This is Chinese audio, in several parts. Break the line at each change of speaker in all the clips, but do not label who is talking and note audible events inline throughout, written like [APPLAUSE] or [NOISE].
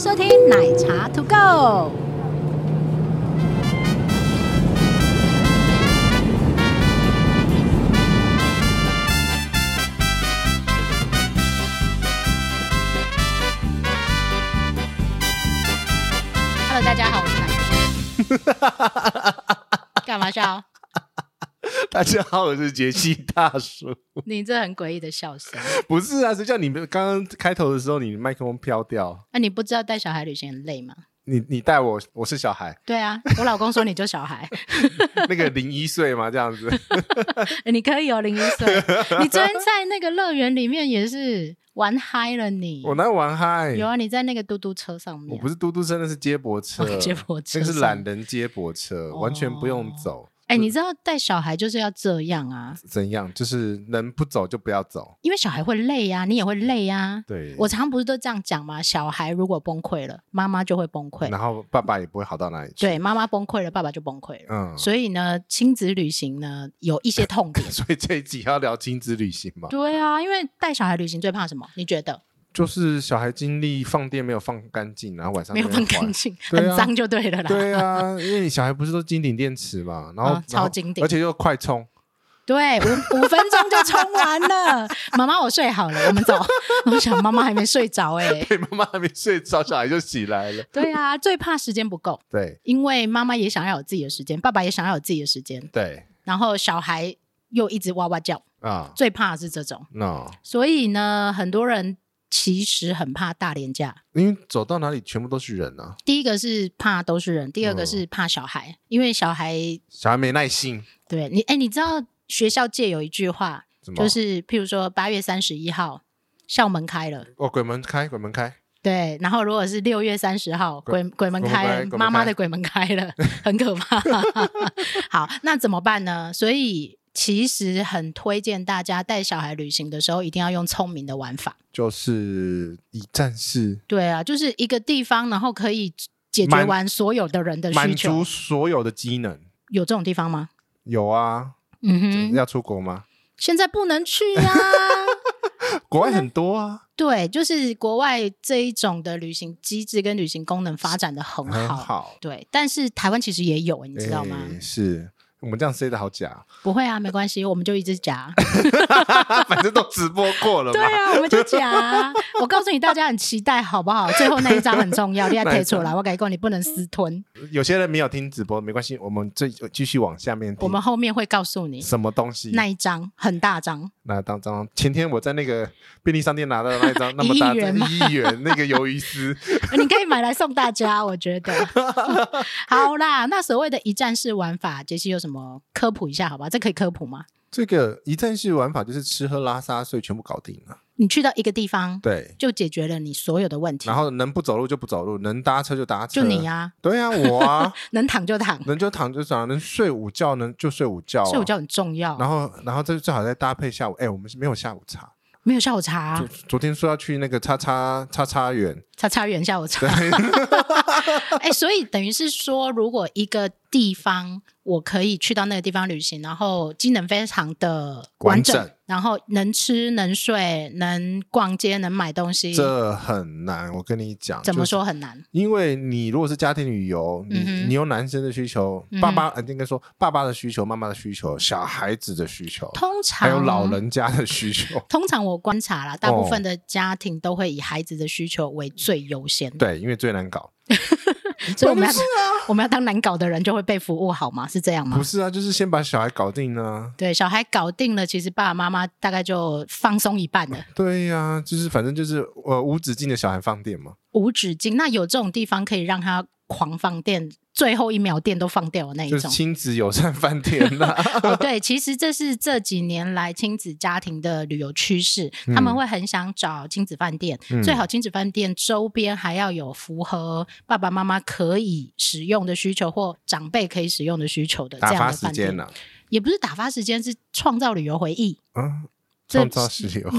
收听奶茶 To Go。Hello，大家好，我是奶茶。 [LAUGHS] 干嘛笑？ [LAUGHS]
大家好，我是杰西大叔。
你这很诡异的笑 [LAUGHS] 声。
不是啊，谁叫你们刚刚开头的时候你麦克风飘掉？
啊那、你不知道带小孩旅行很累吗？
你你带我，我是
[LAUGHS]，
小孩
对啊，我老公说你就小孩，
那个零一岁嘛，这
[LAUGHS]
样子。
你可以有哦零一
[LAUGHS]
岁。你昨天在那个乐园里面也是玩嗨了你，
我哪有玩嗨？
有啊，你在那个嘟嘟车上面，，
我不是嘟嘟车，那是接驳车
[LAUGHS] 接驳车
那个
上
是懒人接驳车，完全不用走。
哎、你知道带小孩就是要这样啊，
怎样？就是能不走就不要走。
因为小孩会累啊，你也会累啊。
对，
我常不是都这样讲吗？小孩如果崩溃了，妈妈就会崩溃；
然后爸爸也不会好到哪里去。，
对，妈妈崩溃了，爸爸就崩溃了。
嗯，所
所以呢，亲子旅行呢有一
[LAUGHS]
些痛点
以。这一集要聊亲子旅行嘛，
对啊，因为带小孩旅行最怕什么？你觉得
就是小孩精力放电没有放干净，然后晚上
没有
在那
放
边
干
玩
净，
对啊
很脏就对了啦。
对啊，因为你小孩不是都金顶电池嘛，
[LAUGHS]
然后、
啊超
然后
金顶
而且又快充，
对，五五分钟就冲完了。妈妈，我睡好了，我们走。 [LAUGHS] 我想妈妈还没睡着哎、
对，妈妈还没睡着，小孩就起来了。
对啊，最怕时间不够，
对
因为妈妈也想要有自己的时间，爸爸也想要有自己的时间，
对
然后小孩又一直哇哇叫，
啊
最怕的是这种。
，no，
所以呢，很多人其实很怕大连假。
因为走到哪里全部都是人啊，
第一个是怕都是人，第二个
嗯
是怕小孩，因为小孩
小孩没耐心，
对你，哎，你知道学校界有一句话，
怎么？
就是譬如说八月三十一号校门开了。
哦，鬼门开，鬼门开，
对，然后如果是六月三十号，鬼
鬼
鬼门
鬼门
开
开，鬼
妈
门
妈
开
的鬼门开了，很可怕。 [LAUGHS] 好，那怎么办呢？所以其实很推荐大家带小孩旅行的时候，一定要用聪明的玩法。
就是以战士
对啊，就是一个地方，然后可以解决
满
完所有的人的需
满
求
足，所有的机能。
有这种地方吗？
有啊，
嗯哼，
要出国吗？
现在不能去啊。 [LAUGHS]
国外很多啊，
对，就是国外这一种的旅行机制跟旅行功能发展的很
很
好。
好，
对，但是台湾其实也有，你知道吗？
哎是我们这样 say 的好假，
不会啊，没关系，我们就一直夹。
[LAUGHS] 反正都直播过了嘛
对。啊，我们就夹。我告诉你，大家很期待，好不好？最后那一张很重要，你要贴出
[LAUGHS]
来。我改过，你不能私吞。
有些人没有听直播没关系，我们这继续往下面听。
我们后面会告诉你
什么东西？
那一张很大张。 [LAUGHS]
那当张前天我在那个便利商店拿到的那一张那么大
一亿元吗
的一亿元那个鱿
[LAUGHS]
鱼丝，
你可以买来送大家，我觉得。 [LAUGHS] 好啦，那所谓的一站式玩法，杰西有什么科普一下？好吧，这可以科普吗？
这个一站式玩法就是吃喝拉撒睡全部搞定了。
你去到一个地方，
对，
就解决了你所有的问题
然。后能不走路就不走路，能搭车就搭车。
就你、啊，
对
[LAUGHS]
啊，我啊，
能躺就躺，
能就躺就躺，能睡午觉能就睡午觉、啊
睡午。觉很重要。
然后，然后这最好再搭配下午。哎，我们是没有下午茶。
没有下午茶啊、
昨昨天说要去那个叉叉叉叉园，
叉叉园下午茶。 [LAUGHS] 哎、所以等于是说，如果一个地方我可以去到那个地方旅行，然后机能非常的完整，
完整
然后能吃能睡能逛街能买东西，
这很难。我跟你讲，
怎么
就是
说很难？
因为你如果是家庭旅游，你、
嗯哼嗯
你有男生的需求，爸爸呃应该说爸爸的需求、妈妈的需求、小孩子的需求，
通常。
哦还有老。人哦家的需求
[LAUGHS] 通常我观察啦，大部分的家庭都会以孩子的需求为最优先，
对，因为最难搞。
[LAUGHS] 所以我们要、
不是
我们要当难搞的人就会被服务好吗？是这样吗
不？是啊，就是先把小孩搞定啊。
对，小孩搞定了，其实爸爸妈妈大概就放松一半了。
对呀、就是反正就是呃无止境的小孩放电嘛。
无止境。那有这种地方可以让他狂放电，最后一秒电都放掉的那一
就是
种。
亲子友善
[LAUGHS]
饭店啊啦、 [LAUGHS]
哦，对，其实这是这几年来亲子家庭的旅游趋势，他们会很想找亲子饭店，
嗯
最好亲子饭店周边还要有符合爸爸妈妈可以使用的需求或长辈可以使用的需求的这
打
样
发
的
时
饭
间啊
店。
啦、
也不是打发时间，是创造旅游回忆。
嗯，创造石油，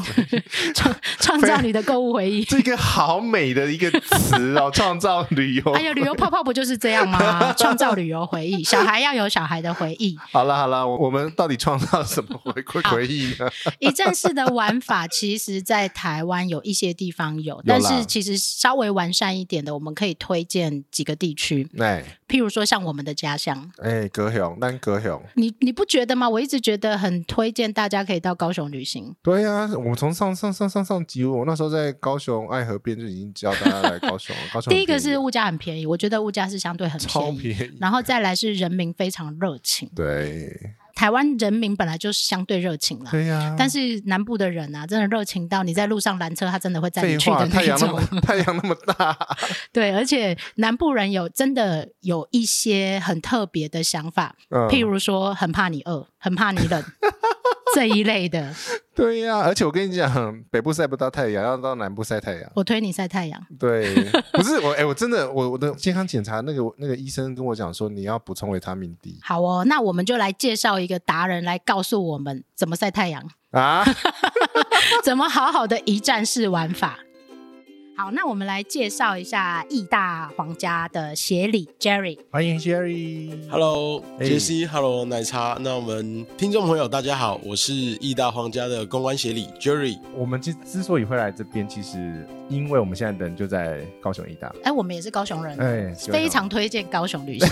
创创造你的购物回忆，
[LAUGHS] 这个好美的一个词哦！创造旅游，
[LAUGHS] 哎呀，旅游泡泡不就是这样
[LAUGHS]
吗？创造旅游回忆，小孩要有小孩的回忆。
好了好了，我们到底创造什么回回回忆呢？ [LAUGHS]
一站式的玩法，其实在台湾有一些地方有，但是其实稍微完善一点的，我们可以推荐几个地区。
哎，
譬如说像我们的家乡，
哎，高雄，但高雄，
你你不觉得吗？我一直觉得很推荐大家可以到高雄旅行。
对呀、啊，我们从上上上上上集，我那时候在高雄爱河边就已经教大家来高雄了。高雄
第一个是物价很便宜，我觉得物价是相对很
超便宜，
然后再来是人民非常热情。
对，
台湾人民本来就是相对热情了，
对呀、啊。
但是南部的人啊，真的热情到你在路上拦车，他真的会载你去的
那
一
种。太阳那么大，
对，而且南部人有真的有一些很特别的想法，嗯、譬如说很怕你饿，很怕你冷。这一类的，
对呀、啊，而且我跟你讲，北部晒不到太阳，要到南部晒太阳。
我推你晒太阳。
对，不是我，哎、欸，我真的，我我的健康检查那个那个医生跟我讲说，你要补充维他命 D。
好哦，那我们就来介绍一个达人来告诉我们怎么晒太阳
啊，
怎么好好的一站式玩法。好，那我们来介绍一下义大皇家的协理 Jerry。
欢迎 Jerry。
Hello，杰
哎
西。Hello，奶茶。那我们听众朋友大家好，我是义大皇家的公关协理 Jerry。
我们之之所以会来这边，其实因为我们现在人就在高雄义大。
哎、欸，我们也是高雄人，
哎，
非常推荐高雄旅行。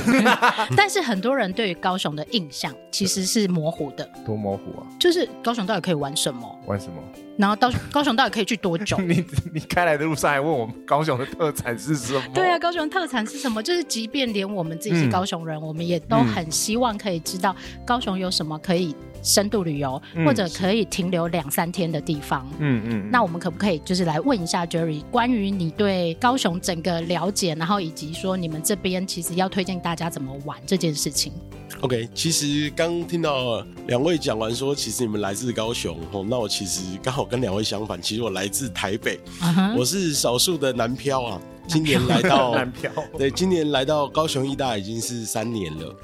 但是很多人对于高雄的印象其实是模糊的。
多模糊啊！
就是高雄到底可以玩什么？
玩什么？
然后到高雄到底可以去多久？
[LAUGHS] 你你开来的路上还问我们高雄的特产是什么？
[LAUGHS] 对啊，高雄特产是什么？就是即便连我们自己是高雄人，嗯、我们也都很希望可以知道高雄有什么可以深度旅游、嗯、或者可以停留两三天的地方。
嗯嗯。
那我们可不可以就是来问一下 Jerry 关于你对高雄整个了解，然后以及说你们这边其实要推荐大家怎么玩这件事情？
OK，其实刚听到两位讲完说，其实你们来自高雄哦，那我其实刚好跟两位相反，其实我来自台北，uh huh. 我是少数的南漂啊。今年来到
嗯 [LAUGHS] 南漂，
对，今年来到高雄艺大已经是三年了。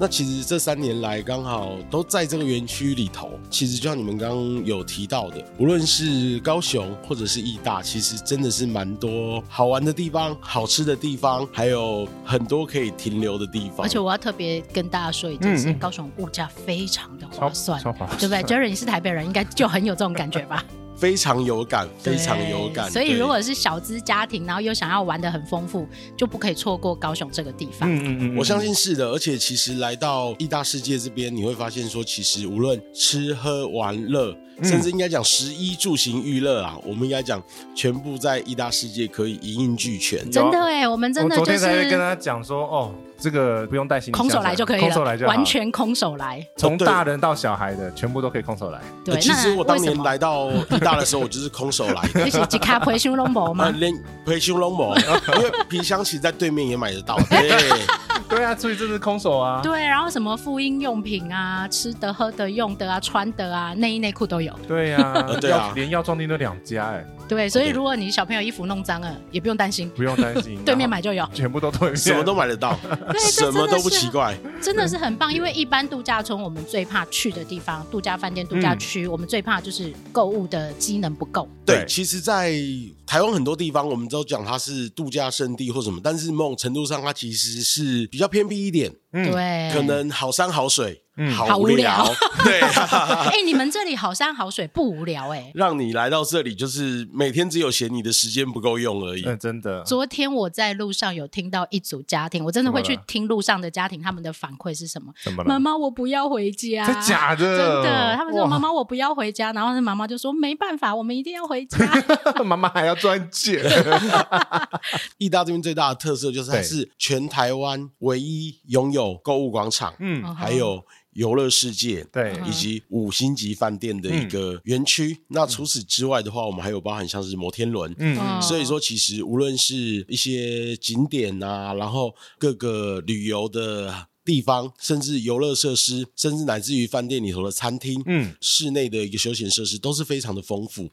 那其实这三年来刚好都在这个园区里头。其实就像你们刚刚有提到的，无论是高雄或者是艺大，其实真的是蛮多好玩的地方、好吃的地方，还有很多可以停留的地方。
而且我要特别跟大家说一件事：嗯、高雄物价非常的划算，
超超划
对不对？Jerry 你是台北人，应该就很有这种感觉
[LAUGHS]
吧？
非常有感，非常有感。
所以，如果是小资家庭，然后又想要玩的很丰富，就不可以错过高雄这个地方。
嗯嗯嗯，
我相信是的。而且，其实来到意大世界这边，你会发现说，其实无论吃喝玩乐，嗯、甚至应该讲食衣住行娱乐啊，我们应该讲全部在意大世界可以一应俱全。
真的哎，我们真的、就是。
昨天才跟他讲说，哦。这个不用带行李，
空手来就可以了，
空手来就
完全空手来，
从大人到小孩的全部都可以
[LAUGHS]
空手来。
对，
呃其实我当年来到义大的时候，我就是空手来
[LAUGHS]
的。呃
你是吉卡培修龙某
[LAUGHS]
吗？
连培修
[LAUGHS]
龙某，因为皮箱其实在对面也买得到。对，
对啊，所以这是空手啊。
对，然后什么妇婴用品啊、吃的、喝的、用的啊、穿的啊、内衣内裤都有。
对呀，
对啊，
连药妆店都两家哎。
对，所以如果你小朋友衣服弄脏了，也不用担心，
不用担心，
对面买就有，
全部都对面，
什么都买得到。
[LAUGHS] 对，
什么都不奇怪，
真的是很棒。因为一般度假村我们最怕去的地方，度假饭店、度假区，嗯、我们最怕就是购物的机能不够。
对，其实，在台湾很多地方，我们都讲它是度假胜地或什么，但是某种程度上，它其实是比较偏僻一点。
嗯、对，
可能好山好水，
嗯，
好无聊。
無聊 [LAUGHS]
对，
哎欸，你们这里好山好水不无聊哎、欸，
[LAUGHS] 让你来到这里就是每天只有嫌你的时间不够用而已。
嗯， [LAUGHS] 真的。
昨天我在路上有听到一组家庭，我真的会去听路上的家庭他们的反馈是什么。
怎么
妈妈，我不要回家。
真假的？
啊真的。他们说妈妈，我不要回家。然后妈妈就说没办法，我们一定要回
[LAUGHS]
家。嗯
妈妈还要赚钱。
义大这边最大的特色就是它是全台湾唯一拥有。有购物广场，
[LAUGHS]
哦
嗯，
还有游乐世界，
对，
以及五星级饭店的一个园区。嗯、那除此之外的话，我们还有包含像是摩天轮，
嗯，
哦
嗯
所以说其实无论是一些景点啊，然后各个旅游的。地方，甚至游乐设施，甚至乃至于饭店里头的餐厅，
嗯，
室内的一个休闲设施，都是非常的丰富。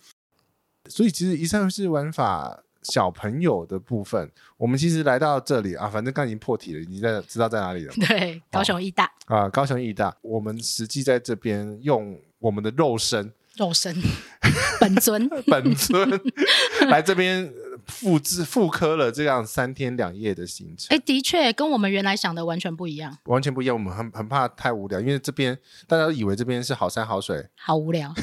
所以，其实一站式玩法。小朋友的部分，我们其实来到这里啊，反正刚已经破题了，你在知道在哪里了。
对，高雄艺大
啊、呃，高雄艺大，我们实际在这边用我们的肉身
肉
[LAUGHS]
身本尊，
本尊 [LAUGHS] 来这边复制复刻了这样三天两夜的行程，
哎，的确跟我们原来想的完全不一样，
完全不一样。我们很很怕太无聊，因为这边大家都以为这边是好山好水，
好无
[LAUGHS]
聊。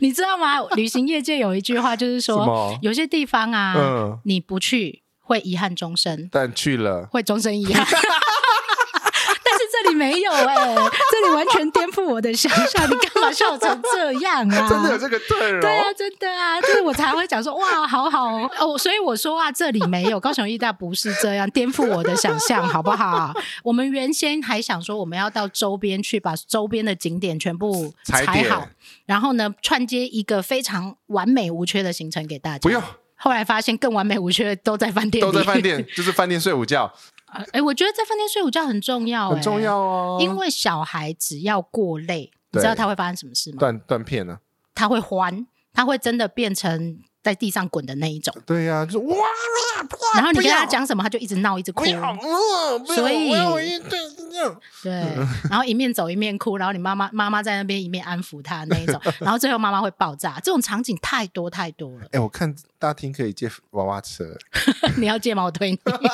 你知道吗？旅行业界有一句话就是
什
说，
么？
有些地方啊，
嗯
你不去会遗憾终生，
但去了，
会终身遗
[LAUGHS]
憾。但是这里没有哎、这里完全颠覆我的想象。你干嘛笑成这样啊？
真的有这个对哦容。
对啊，真的啊，就是我才会讲说哇，好好
[LAUGHS]
哦哦，所以我说啊，这里没有高雄艺大不是这样，颠覆我的想象，好不好？
[LAUGHS]
我们原先还想说我们要到周边去，把周边的景点全部
踩
踩
点
好，然后呢，串接一个非常完美无缺的行程给大家。
不用，
后来发现更完美无缺的都在饭店，
都在饭。店，就是饭店睡午觉，
[LAUGHS] 哎、我觉得在饭店睡午觉很重要、哎
很重、要哦。
因为小孩只要过累，你
对
知道他会发生什么事吗？
断断片呢，
他会欢，他会真的变成在地上滚的那一种。
对呀，就是哇，
然后你跟
啊不要
他讲什么，他就一直闹，一直哭
不。要，嗯，不要
所以
我要我一对这样，
对，
嗯
[LAUGHS] 然后一面走一面哭，然后你妈妈妈妈在那边一面安抚他那一
[LAUGHS]
种，然后最后妈妈会爆炸。这种场景太多太多
[LAUGHS]
了，
哎，我看大厅可以借娃娃车，
你要借吗？我推你。 [LAUGHS]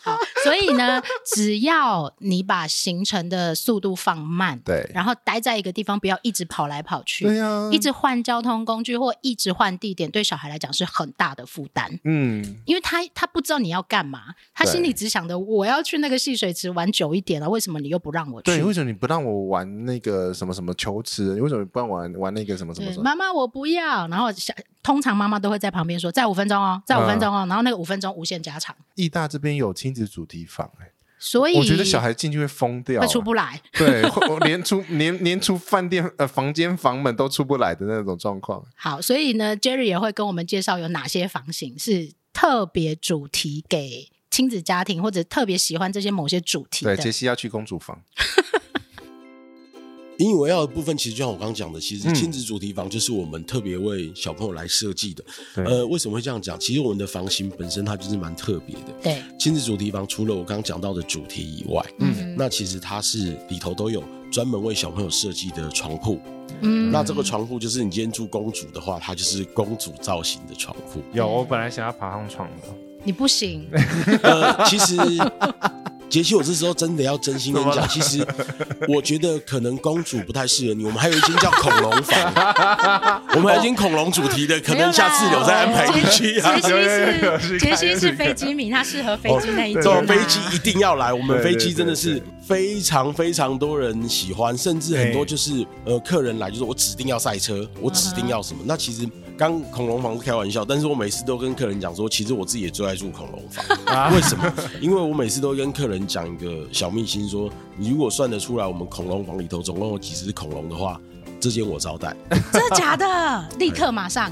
好，所以呢，只要你把行程的速度放慢，
对，
然后待在一个地方，不要一直跑来跑
对啊
去。
呀，
一直换交通工具或一直换地点，对小孩来讲是很大的负担。
嗯，
因为他他不知道你要干嘛，他
对
心里只想着我要去那个戏水池玩久一点了，为什么你又不让我去
对，？为什么你不让我玩那个什么什么球池？你为什么不让我玩玩那个什么什么
对，
什么？
嗯妈妈我不要。然后小通常妈妈都会在旁边说，再五分钟哦，再五分钟哦，然后那个五分钟无限加长，
义大这边有亲子主题房，哎，
所以
我觉得小孩进去会疯掉，
会出不来。
对，会我连出连连出饭店呃房间房门都出不来的那种状况。
好，所以呢，Jerry 也会跟我们介绍有哪些房型是特别主题给亲子家庭或者特别喜欢这些某些主题
对，
的。
杰西要去公主房，
引以为傲的部分，其实就像我刚刚讲的，其实
嗯
亲子主题房就是我们特别为小朋友来设计的。
对
呃，为什么会这样讲？其实我们的房型本身它就是蛮特别的。
对，
亲子主题房除了我刚刚讲到的主题以外，
嗯
那其实它是里头都有专门为小朋友设计的床铺。
嗯
那这个床铺就是你今天住公主的话，它就是公主造型的床铺。
有，我本来想要爬上床的，
你不行，
呃，其
[LAUGHS]
实杰西，我这时候真的要真心跟你讲，其实我觉得可能公主不太适合你。我们还有一间叫恐龙房，
[LAUGHS]
我们还有一间恐龙主题的，可能下次有再安排你去啊
哦杰。西
有有有
是
去
杰
看
西
有
是
去
飞机迷，他适合飞机那一种、
哦
坐
啊。
飞机一定要来，我们
对
飞
对
机真的是
对
非常非常多人喜欢，甚至很多
哎
就是呃客人来就是我指定要赛车，我指定要什么。那其实刚恐龙房是开玩笑，但是我每次都跟客人讲说，其实我自己也最爱住恐龙
[LAUGHS] 啊
房，为什么？因为我每次都跟客人讲一个小秘辛，说你如果算得出来我们恐龙房里头总共有几只恐龙的话。这间我招待，
真的假
[LAUGHS]
的？立刻马上。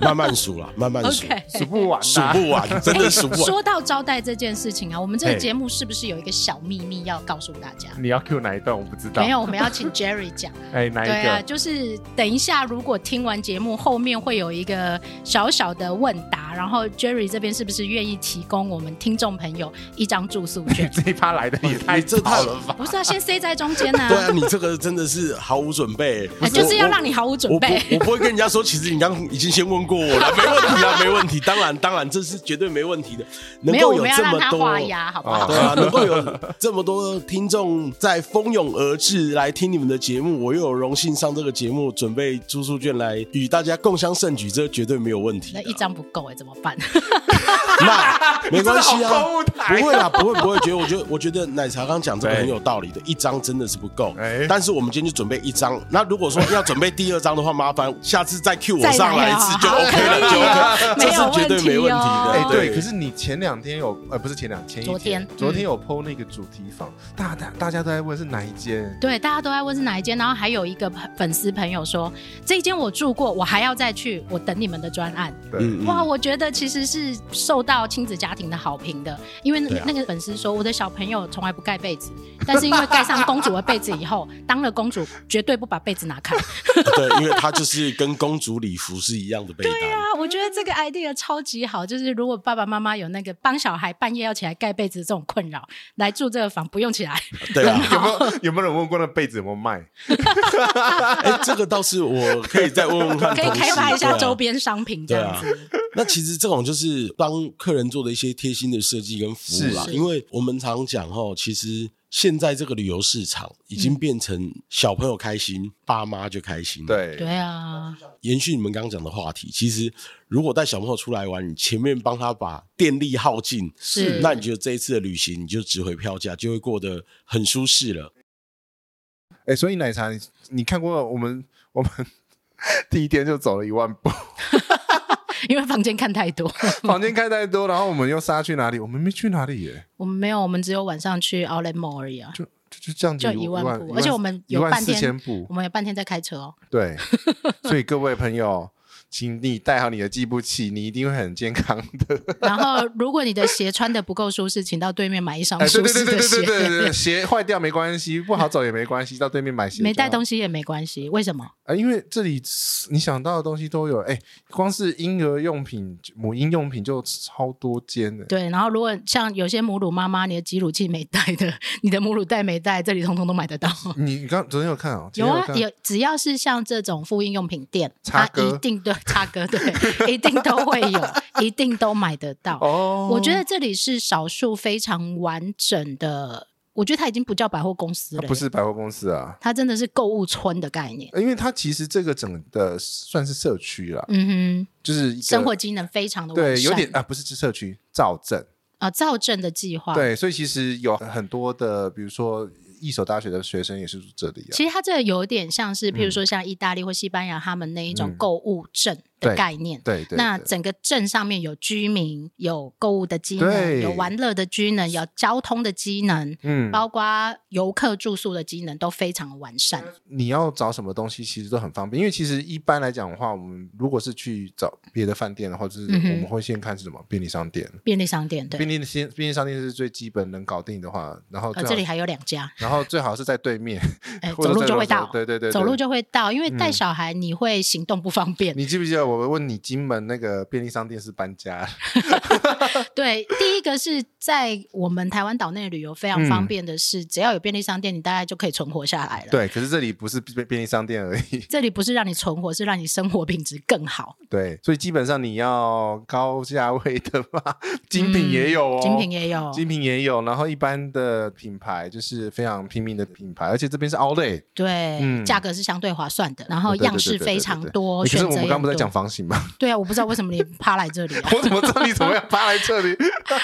慢慢数啦，慢慢
[LAUGHS]
数，
OK。
数不完啊
数
呐。
不完，真的数不完。
说到招待这件事情啊，我们这个
嘿
节目是不是有一个小秘密要告诉大家？
嗯
你要 Q 哪一段？我不知道。
没有，我们要请 Jerry
[LAUGHS]
讲。
哎，哪
对
一
啊，
个？？
就是等一下，如果听完节目后面会有一个小小的问答，然后 Jerry 这边是不是愿意提供我们听众朋友一张住宿券
这一趴来的也太
你这
早
太
了吧？
不是啊，先塞在中间
[LAUGHS] 对
啊
啊，你这个真的是毫无准备，
啊，就是要
我
让你毫无准备。
我不我不会跟人家说，其实你刚刚已经先问过我了，没问题啊，没问题。当然，当然，这是绝对没问题的。能
没有，
够
我们要
这
让
么
他
多
画，押，好不好？
对啊，能够有这么多听众在蜂拥而至来听你们的节目，我又有荣幸上这个节目，准备住宿券来与大家共襄盛举，这绝对没有问题
那。一张不够哎、怎么办？
那没关系
你真的
啊
好购物，台哦
不会啦，不会不会，觉得我觉得我觉得奶茶刚讲这个很有道理的，一张真的是不够
哎，
但是我们今天就准备一张。那如果说要准备第二张的话，麻烦下次再 Q
再
我
来
上来一次
啊
就
好
OK 了，就 OK，
没
这
有
是绝对没
问
问题
题哦
的。
哎，对，可是你前两天有呃，不是前两前一
昨天嗯
昨天有 PO 那个主题房，大大大家都在问是哪一间，
对，大家都在问是哪一间，然后还有一个朋粉丝朋友说，这一间我住过，我还要再去，我等你们的专案。
对，
嗯
哇，我觉得其实是受到亲子家庭的好评的，因为那,、
对啊
那个粉丝说，我的小 [LAUGHS] 朋友从来不盖被子，但是因为盖上公主的被子以后，当了公主绝对不把被子哪 [LAUGHS] 看？
对，因为它就是跟公主礼服是一样的被单。
啊，我觉得这个 idea 超级好，就是如果爸爸妈妈有那个帮小孩半夜要起来盖被子这种困扰，来住这个房不用起来，
对啊，
有没有有没有人问过那被子有没有卖？
哎，这个倒是我可以再问问看
可
同事，
以开发一下
对啊
周边商品这
对
样
啊
子。，
那其实这种就是帮客人做的一些贴心的设计跟服务啦。
是
因为我们常讲哈，其实现在这个旅游市场
嗯
已经变成小朋友开心，爸妈就开心。，
对，
对啊，
延续你们刚刚讲的话题，其实如果带小朋友出来玩，你前面帮他把电力耗尽，
是
那你觉得这一次的旅行你就值回票价，就会过得很舒适了。
哎，所以奶茶，你你看过我们我们 [LAUGHS] 第一天就走了一万步，
啊 [LAUGHS] 因为房间看太多，
房间开太多，然后我们又杀去哪里？我们没去哪里耶，
我们没有，我们只有晚上去 Outlet Mall 而已啊，
就就就这样子
就一万步，而且我们
一
有
万
半
四千
天，
步
我，们有半天在开车哦。 [LAUGHS]
对，所以各位朋友，请你带好你的计步器，你一定会很健康的。
然后如果你的鞋穿的不够舒适，请到对面买一双
哎，对
舒
对对
适的
对对对对对，
鞋。
鞋坏掉没关系，不好走也没关系，到对面买鞋。
没带
西
东西也没关系，为什么？
啊，因为这里你想到的东西都有，哎，光是婴儿用品、母婴用品就超多间的。
对，然后如果像有些母乳妈妈，你的挤乳器没带的，你的母乳袋没带，这里通通都买得到。
你你刚昨天有看哦？今
有
天
啊，
看
有只要是像这种妇婴用品店，
插
它
歌
一定对插歌对，一定都会有，一定都买得到。
哦。
我觉得这里是少数非常完整的，我觉得它已经不叫百货公司
它
了，
啊不，是百货公司啊，
它真的是购物村的概念。
因为它其实这个整的算是社区啦，
嗯
就是一
哼，
个
生活机能非常的完
对
善，
有点啊，不是社区造镇。
啊、造镇的计划。，
对，所以其实有很多的，比如说一所大学的学生也是住这里啊。
其实它这个有点像是，譬如说像意大利或西班牙他们那一种
嗯
购物镇的
对
概念。
对对，
那
对
整个镇上面有居民，有购物的机能，
对
有玩乐的机能，有交通的机能，
嗯，
包括游客住宿的机能都非常完善。
你要找什么东西其实都很方便，因为其实一般来讲的话，我们如果是去找别的饭店的话，就是我
嗯哼
们会先看是什么便利商店，
便利商店对
便，利店便利商店是最基本能搞定的话，然后
呃，
最
这里
好
还有两家，
然后最好是在对
[LAUGHS]
面，
哎，
或
走
者
路
在
就
楼
会
下
到，
对对对，
走路
对。
就会到，因为带小孩你会行动不方便。
你记不记得我问你金门那个便利商店是
[LAUGHS]
搬家？
对，第一个是在我们台湾岛内旅游非常方便的是，只要有便利商店，你大概就可以存活下来了。
嗯对，可是这里不是便便利商店而已， [LAUGHS]
这里不是让你存活，是让你生活品质更好。
对，所以基本上你要高价位的嘛，精品也有哦，
嗯精品也有，
精品也有，然后一般的品牌就是非常拼命的品牌，而且这边是 Outlet，
对，
嗯哦
价格是相对划算的，然后
对对
样式
对对
非
对
常
对
多，
诶可
选
是
择
我们刚刚不是在
也
讲
多
房型吗？ [LAUGHS]
对啊，我不知道为什么你趴来这里、啊。
我怎么知道你怎么样爬来这里？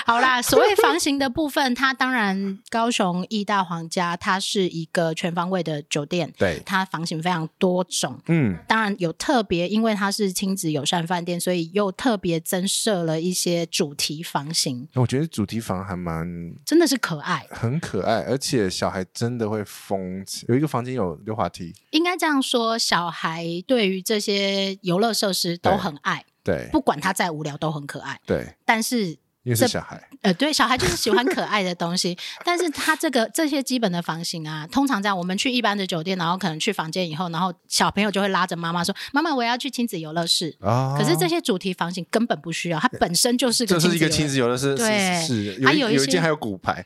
好啦，所谓房型的部分，它当然高雄义大皇家，它是一个全方位的酒店，
[LAUGHS] 对，
它房型非常多种。
嗯，
当然有特别，因为它是亲子友善饭店，所以又特别增设了一些主题房型，
我觉得主题房还蛮
真的是可爱。
很可爱，而且小孩真的会疯起。有一个房间有溜滑梯，
应该这样说，小孩对于这些游乐设施都
对
很爱，
对
不管他再无聊都很可爱。
对，
但是
因为
这
是小孩，
呃，对，小孩就是喜欢可爱的东西， [LAUGHS] 但是他这个这些基本的房型啊，通常这样，我们去一般的酒店，然后可能去房间以后，然后小朋友就会拉着妈妈说：“妈妈，我要去亲子游乐室。
啊
可是这些主题房型根本不需要，它本身就是个
这
亲
是
子
一
游乐
个亲
室。
子游乐设
对
施，是
还
有
有
一
一
有一
些
间还有骨 [LAUGHS] 牌，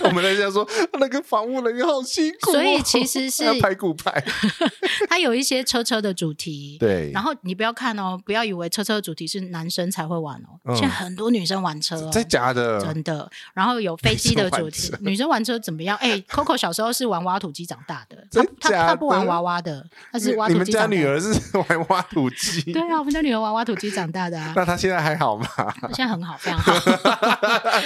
我们在家说那个房务人员好辛苦哦，
所以其实是
还 [LAUGHS] 要拍骨牌，
它有一些车车的主题。
对，
然后你不要看哦，不要以为车车的主题是男生才会玩哦，
嗯
现在很多女生玩车哦。
真假的，
真的，然后有飞机的主题
[LAUGHS] 女生玩，车
女生玩车怎么样？哎、c o c o 小时候是玩挖土机长大
[LAUGHS]
的，她
真
她
假
她不玩
的
娃娃的，她
你
是挖
你
土
们
机
家
长大
女
的。
儿是 [LAUGHS] 玩挖土机？
对啊，我们家女儿玩挖土机长大的啊，
那她现在还好吗？
现在很好，非常好。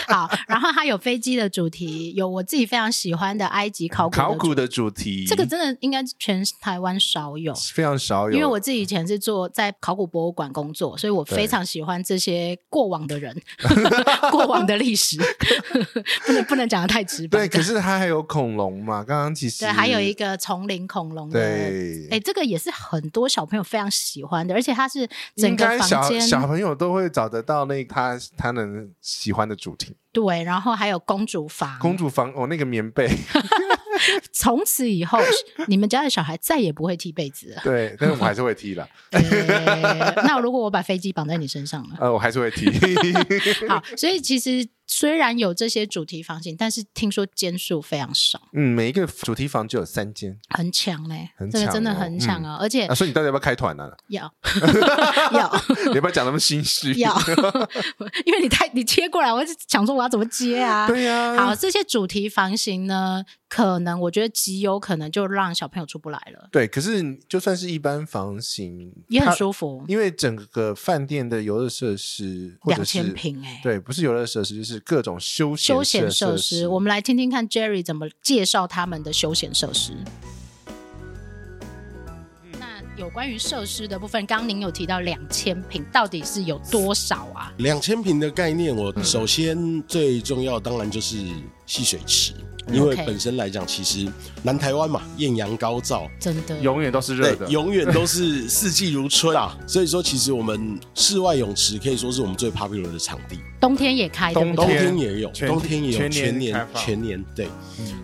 好，然后它有飞机的主题，有我自己非常喜欢的埃及考古的主
考古的主题，
这个真的应该全台湾少有。
非常少有，
因为我自己以前是做在考古博物馆工作，所以我非常喜欢这些过往的人、 [LAUGHS] 过往的历史， [LAUGHS] 不能不能讲的太直白。
对，可是它还有恐龙嘛？刚刚其实
对，还有一个丛林恐龙的，
对，
哎，这个也是很多小朋友非常喜欢的，而且它是整
应
个
该
房
小
间
小朋友都会找得到那他他能喜欢的主题。
嗯对，然后还有公主房， [LAUGHS]
公主房哦，那个棉被，
从此以后，你们家的小孩再也不会踢被子了。
对，但是我还是会
[LAUGHS]
踢啦，
诶那如果我把飞机绑在你身上呢？
呃，我还是会踢。 [LAUGHS]
好，所以其实虽然有这些主题房型，但是听说间数非常少，
嗯，每一个主题房就有三间
很抢嘞、
很
这个
抢
真的
哦
很抢哦，而且
啊，所以你到底要不要开
[LAUGHS]
团呢？
要要
你要不要讲那么心虚？
要，
[LAUGHS]
因为你太你切过来，我就想说我要怎么接啊？
对呀，
好，这些主题房型呢，可能我觉得极有可能就让小朋友出不来了，
对，可是就算是一般房型，
也很
它
舒服，
因为整个饭店的游乐设施或
两
者
千
是
平哎。
对，不是游乐设施，就是各种休闲
休闲
设
设施，我们来听听看 Jerry 怎么介绍他们的休闲设施。嗯那有关于设施的部分，刚刚您有提到两千平，到底是有多少啊？
两千平的概念，
嗯
我首先最重要当然就是戏水池，因为
嗯 OK
本身来讲，其实南台湾嘛，艳阳高照，
真的
永远都是热的。
永远都是四季如春啊。所以说，其实我们室外泳池可以说是我们最 popular 的场地，
冬天也开，对不
冬
对
天也有，
嗯全
冬天也有，
全年
全年
开放嗯
全年对，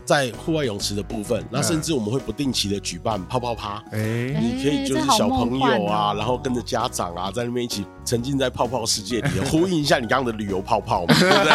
在户外泳池的部分，那甚至我们会不定期的举办泡泡趴。
哎，
哎
你可以就
这
是
好
小
梦
朋
幻
友
哦
啊，然后跟着家长啊，在那边一起沉浸在泡泡世界里，呼应一下你刚刚的旅游泡泡嘛，
[LAUGHS]
对不对？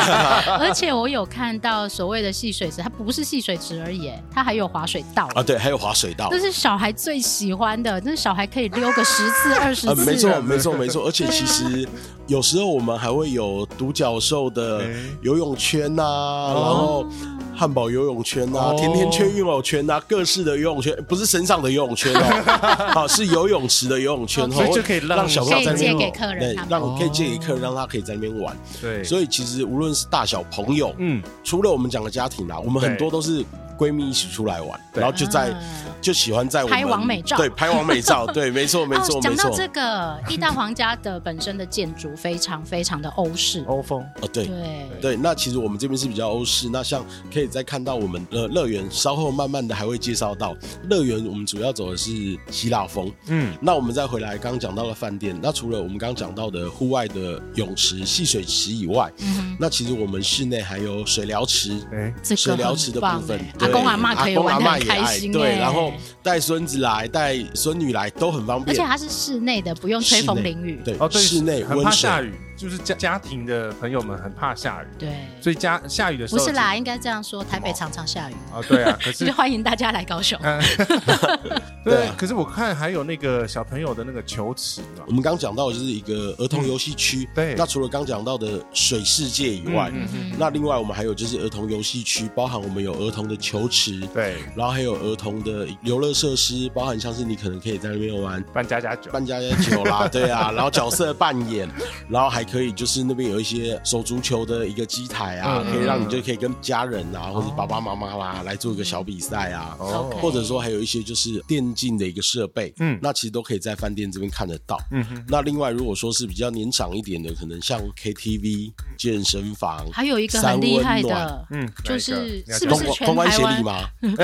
而且我有看到所谓的戏水池，它不是戏水池而已，它还有滑水道。
啊，对，还有滑水道
这。是小孩最喜欢的，这小孩可以溜个十次、啊二十
[LAUGHS] 啊，
次，
没
[LAUGHS]
错，没错，没错。而且其实有时候我们还会有独角兽的
哎
游泳圈呐、
哦
然后汉堡游泳圈呐、
哦
甜甜圈游泳圈呐、啊各式的游泳圈，不是身上的游泳圈
[LAUGHS]
哦，啊，是游泳池的游泳圈哦，
所以就可以让
让小朋友在那边
可以借给客人
对
他们
让可以借给客人，让他可以在那边玩。
对，
所以其实无论是大小朋友，
哦嗯，
除了我们讲的家庭啦，我们很
对
多都是闺蜜一起出来玩，
对
然后就在
啊
就喜欢在我们
拍完美照
对，拍完美照，对，没错，没错，
[LAUGHS] 哦，
没
讲到
错，
这个，意大皇家的本身的建筑非常非常的欧式，
欧风
哦，对。
对，
对，那其实我们这边是比较欧式，那像可以再看到我们呃乐园，稍后慢慢的还会介绍到乐园，我们主要走的是希腊风。
嗯，
那我们再回来刚刚讲到的饭店，那除了我们刚刚讲到的户外的泳池、戏水池以外，
嗯哼
那其实我们室内还有水疗池，
哎，
这
水
个
疗池
很
的部
棒
分
哎，阿
对
公阿妈可以
阿公
玩
阿
的
嬷
很
也
开
爱
心
对，
哎
然后带孙子来、带孙女来都很方
而且
便。
它是室内的，不用吹风淋雨，
对
哦，，对，
室内
很怕
温水
下雨，就是家家庭的朋友们很怕下雨，
对，
所以家下雨的时
不
候
是啦，应该这样说，
哦
台北常常下雨，
啊，对
[LAUGHS]
啊，可嗯
就是
[LAUGHS]
是欢迎大家来高雄。
哎对
对
啊，
可是我看还有那个小朋友的那个球池嘛
我，们刚讲到的就是一个儿童游戏区，
嗯对
那除了刚讲到的水世界以外，
嗯
嗯
那另外我们还有就是儿童游戏区，包含我们有儿童的球池，
对，
然后还有儿童的游乐设施，包含像是你可能可以在那边玩
办家家酒，
扮家家酒
[LAUGHS]
啦，对啊，然后角色扮演，然后还可以就是那边有一些手足球的一个机台啊，
嗯哦
可以让你就可以跟家人啊，或者爸爸妈妈啦来做一个小比赛啊。
OK
或者说还有一些就是电竞的一个设备，
嗯
那其实都可以在饭店这边看得到。
嗯哼，
那另外如果说是比较年长一点的，可能像 KTV、健身房，
还有一个很厉害 [LAUGHS] 的，
嗯，哪一个
就是
你要
是不
讲
是
公
全
公关
台
协
湾
力吗？不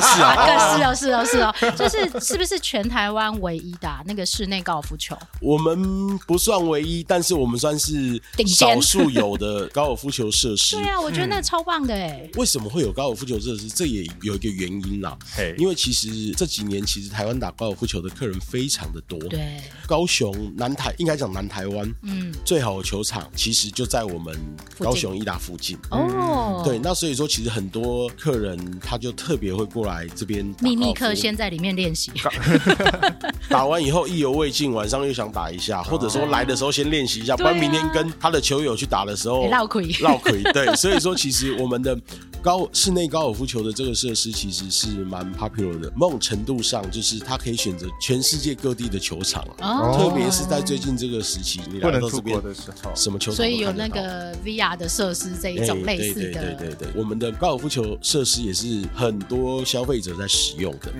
[LAUGHS] 是啊，
更 [LAUGHS] 是哦，是哦，是哦，就是是不是全台湾唯一的啊那个室内高尔夫球？
我们不算唯一，但是我们算是
顶尖
少数有的高尔夫球设
[LAUGHS]
施。
对啊，我觉得那个超棒的哎，
为什么会有高尔夫球设施？这也有一个原因啦，
嘿
因为其实这几年其实台湾打高尔夫球的客人非常的多。，
对，
高雄南台应该讲南台湾
嗯，
最好的球场，其实就在我们
近
高雄伊达附近。
哦，
嗯对，那所以说其实很多客人他就特别会过来这边打
秘
高
密
尔夫
课先在里面练习，
[LAUGHS] 打完以后意犹未尽，晚上又想打一下，或者说来的时候先练习一下，不
哦对啊
然明天跟他的球友去打的时候
哎绕亏
[LAUGHS] 绕亏。对，所以说其实我们的高室内高尔夫球的这个设施其实是蛮 popular 的，某种程度上就是它可以选择全世界各地的球场啊，
哦
特别是在最近这个时期，你
不
来
能
到这
出
边
国的时候，
[LAUGHS]
什么球场
所
都
以有
看得
那
到
个 VR 的设施这一
哎
种类似
对对对
的，
对对，我们的高尔夫球设施也是很多消费者在使用的。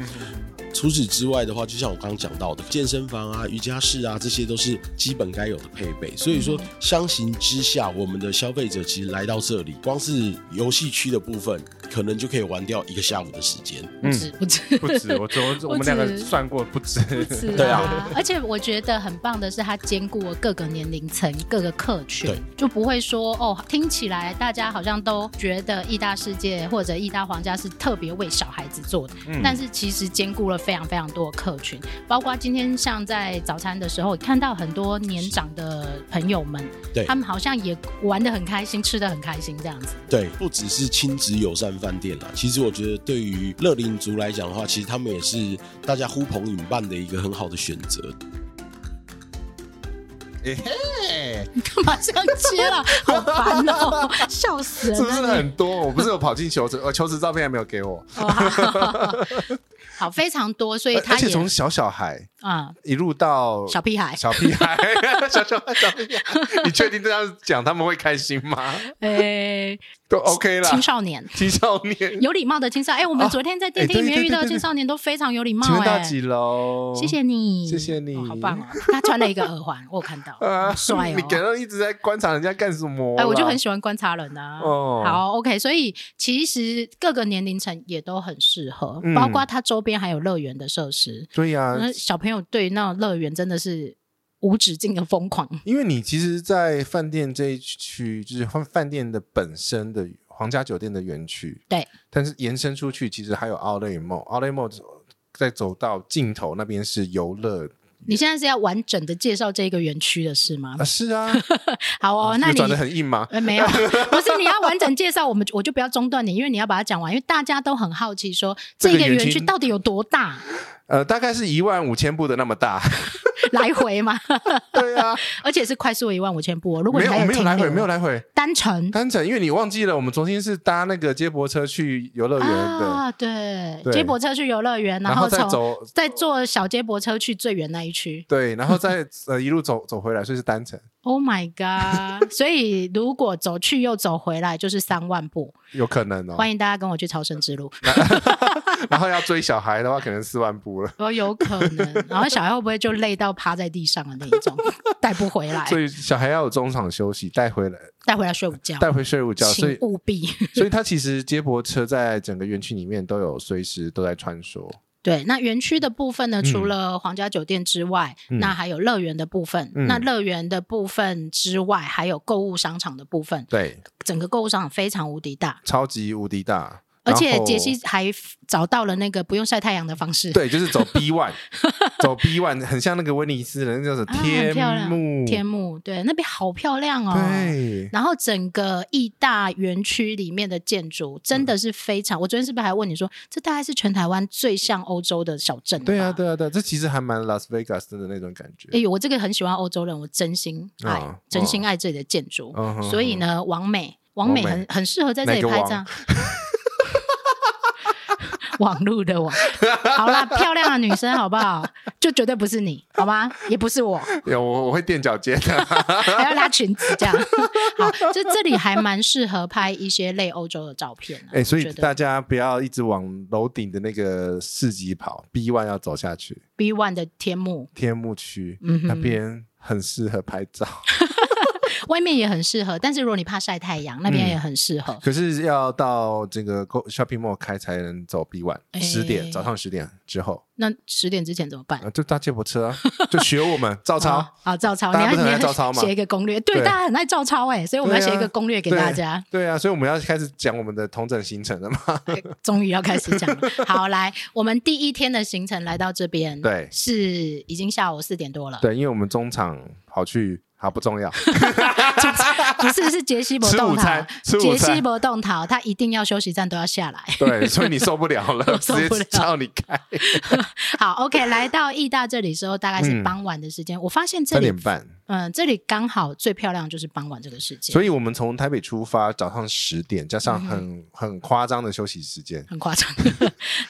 除此之外的话，就像我刚刚讲到的，健身房啊、瑜伽室啊，这些都是基本该有的配备。所以说，
嗯
相形之下，我们的消费者其实来到这里，光是游戏区的部分，可能就可以玩掉一个下午的时间。
不止不止，
不止，我我我们两个算过不止，
不止
对
啊，而且我觉得很棒的是，它兼顾了各个年龄层、各个客群
对，
就不会说哦，听起来大家好像都觉得义大世界或者义大皇家是特别为小孩子做的，
嗯
但是其实兼顾了非常非常多的客群，包括今天像在早餐的时候看到很多年长的朋友们，
对
他们好像也玩的很开心，吃的很开心这样子。
对，不只是亲子友善饭店啦，其实我觉得对于乐龄族来讲的话，其实他们也是大家呼朋引伴的一个很好的选择。
你干嘛这样接了？好烦哦，笑死人
是不是
了你！
很多？我不是有跑进球池，呃，球池照片还没有给我，
哦好好好好好，非常多，所以
而
他
且
也
从小小孩
啊、
一路到
小屁孩，
小屁孩，小小孩，小屁孩，你确定这样讲他们会开心吗？
诶、
都 OK 啦，
青少年，
青少年。
有礼貌的青少。哎、我们昨天在电梯里
哎对
面
对
遇到的
对对
青少年都非常有礼貌、
请问到
哎，
几楼？
谢谢你，
谢谢你
哦好棒哦！他穿了一个耳环，我有看到，
啊
很帅哦
[LAUGHS] 你。感到一直在观察人家干什么啦？
哎、我就很喜欢观察人啊。
哦
好，OK，所以其实各个年龄层也都很适合，
嗯
包括它周边还有乐园的设施。
对呀、
那小朋友对那种乐园真的是无止境的疯狂。
因为你其实，在饭店这一区，就是饭饭店的本身的皇家酒店的园区，
对，
但是延伸出去，其实还有 Outlet Mall，Outlet Mall 在走到尽头那边是游乐
你现在是要完整的介绍这个园区的是吗
啊，？是啊，
好哦，那
[LAUGHS] 有
你
转的很硬吗？
呃，没
[LAUGHS]
有，不是你要完整介绍，我们我就不要中断你，因为你要把它讲完，因为大家都很好奇说
这
这
个
个园
园
区
区
到底有多大，
呃，大概是一万五千步的那
[LAUGHS]
么大，
来回嘛，
对啊，
[LAUGHS] 而且是快速一万五千步、哦。如果
没
你
有
还
没有来回，
停
没
留
有来回。
单程
单程，因为你忘记了，我们昨天是搭那个接驳车去游乐园的，
啊，对，
对
接驳车去游乐园，
然
后
再
从
走，
再坐小接驳车去最远那一区。
对，然后再呃一路走走回来，所以是单程，
Oh my
[LAUGHS]
god！所以如果走去又走回来，就是三万步。
有可能哦。
欢迎大家跟我去朝圣之路。
然后要追小孩的话，可能四万步了。
哦，有可能。然后小孩会不会就累到趴在地上的那一种，带不回来，
所以小孩要有中场休息，带回来，
带回来睡午觉，
带回睡午觉。所
请
以，
务必。
所以他其实接驳车在整个园区里面都有随时都在穿梭。
对，那园区的部分呢，
嗯
除了皇家酒店之外，
嗯
那还有乐园的部分。
嗯
那乐园的部分之外，还有购物商场的部分，
对，
整个购物商场非常无敌大。
超级无敌大。
而且
然后
杰西还找到了那个不用晒太阳的方式，
对，就是走 B one，走 B one，很像那个威尼斯的那叫什么
啊，很漂
天
亮
幕，
天幕，对，那边好漂亮哦。
对，
然后整个义大园区里面的建筑真
嗯
的是非常，我昨天是不是还问你说，这大概是全台湾最像欧洲的小镇？
对啊，。对啊，对啊，这其实还蛮 Las Vegas 的那种感觉。
哎呦，我这个很喜欢欧洲人，我真心爱，
嗯
真心爱这里的建筑。
嗯
所以，呢，王美，王美
王美
很很适合在这里
哪个
拍
王 [LAUGHS]
照。网路的网，好啦，漂亮的女生好不好？就绝对不是你，好吗？也不是我，
嗯有我我会垫脚尖的，
[LAUGHS] 还要拉裙子这样。 [LAUGHS] 好，就这里还蛮适合拍一些类欧洲的照片、啊。
哎，所
我
以
觉得
大家不要一直往楼顶的那个市集跑，B one 要走下去，
B One 的天幕，
天幕区
嗯哼
那边很适合拍
[LAUGHS]
照，
外面也很适合，但是如果你怕晒太阳，那
嗯
边也很适合。
可是要到这个购 shopping mall 开才能走 B one，
哎
十点早上十点之后，
那十点之前怎么办？
啊就搭接驳
[LAUGHS]
车啊，就学我们照
哦
抄，
好，照抄，
大
你要
家不是
你
很
要
爱照抄吗
写一个攻略，对，
对
大家很爱照抄哎，所以我们要
对啊
写一个攻略给大家。
对啊，所以我们要开始讲我们的同整行
[LAUGHS]
程了嘛，
终于要开始讲了，好，来，我们第一天的行程来到这边，
对
是已经下午四点多了，
对，因为我们中场跑去，好不重要，
[LAUGHS] 不是是杰西伯
吃
动
午
桃
餐，吃
杰
午餐
西伯动桃，他一定要休息站都要下来。
对，所以你受不了
我
了，
受不了
直接叫你开
好，OK，来
[LAUGHS]
到义大这里之后，大概是
嗯
傍晚的时间，我发现这
三
里
点半。
嗯，这里刚好最漂亮就是傍晚这个时间，
所以我们从台北出发，早上十点，加上很、
嗯
很夸张的休息时间，
很
[LAUGHS]
夸张。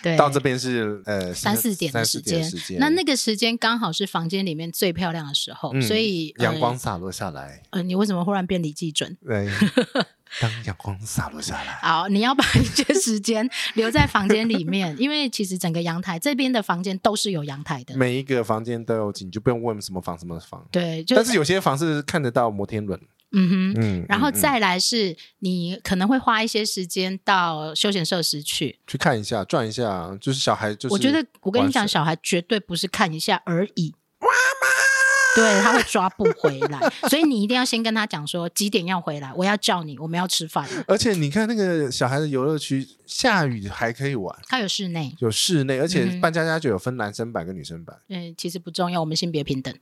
对，
到这边是呃
哎三四点的
三
时
四点
间，
的时间。
那那个时间刚好是房间里面最漂亮的时候，
嗯
所以呃
阳光。洒落下来，
呃呃，你为什么忽然变李济准？
对， [LAUGHS] 当阳光洒落下来，
好，你要把一些时间留在房间里面，因为其实整个阳台这边的房间都是有阳台的。
每一个房间都有景，你就不用问什么房什么房。
对，就
但是有些房是看得到摩天轮，
嗯哼，
嗯，
然后
嗯嗯
再来是你可能会花一些时间到休闲设施去。
去看一下，转一下，就是小孩，就是
我觉得我跟你讲，
玩水
小孩绝对不是看一下而已。对，他会抓不回来，所以你一定要先跟他讲说几点要回来，我要叫你，我们要吃饭了。
而且你看那个小孩的游乐区，下雨还可以玩，
他有室内，
有室内，而
嗯
且
哼
扮家家酒有分男生版跟女生版。
嗯，其实不重要，我们性别平
[LAUGHS]
等。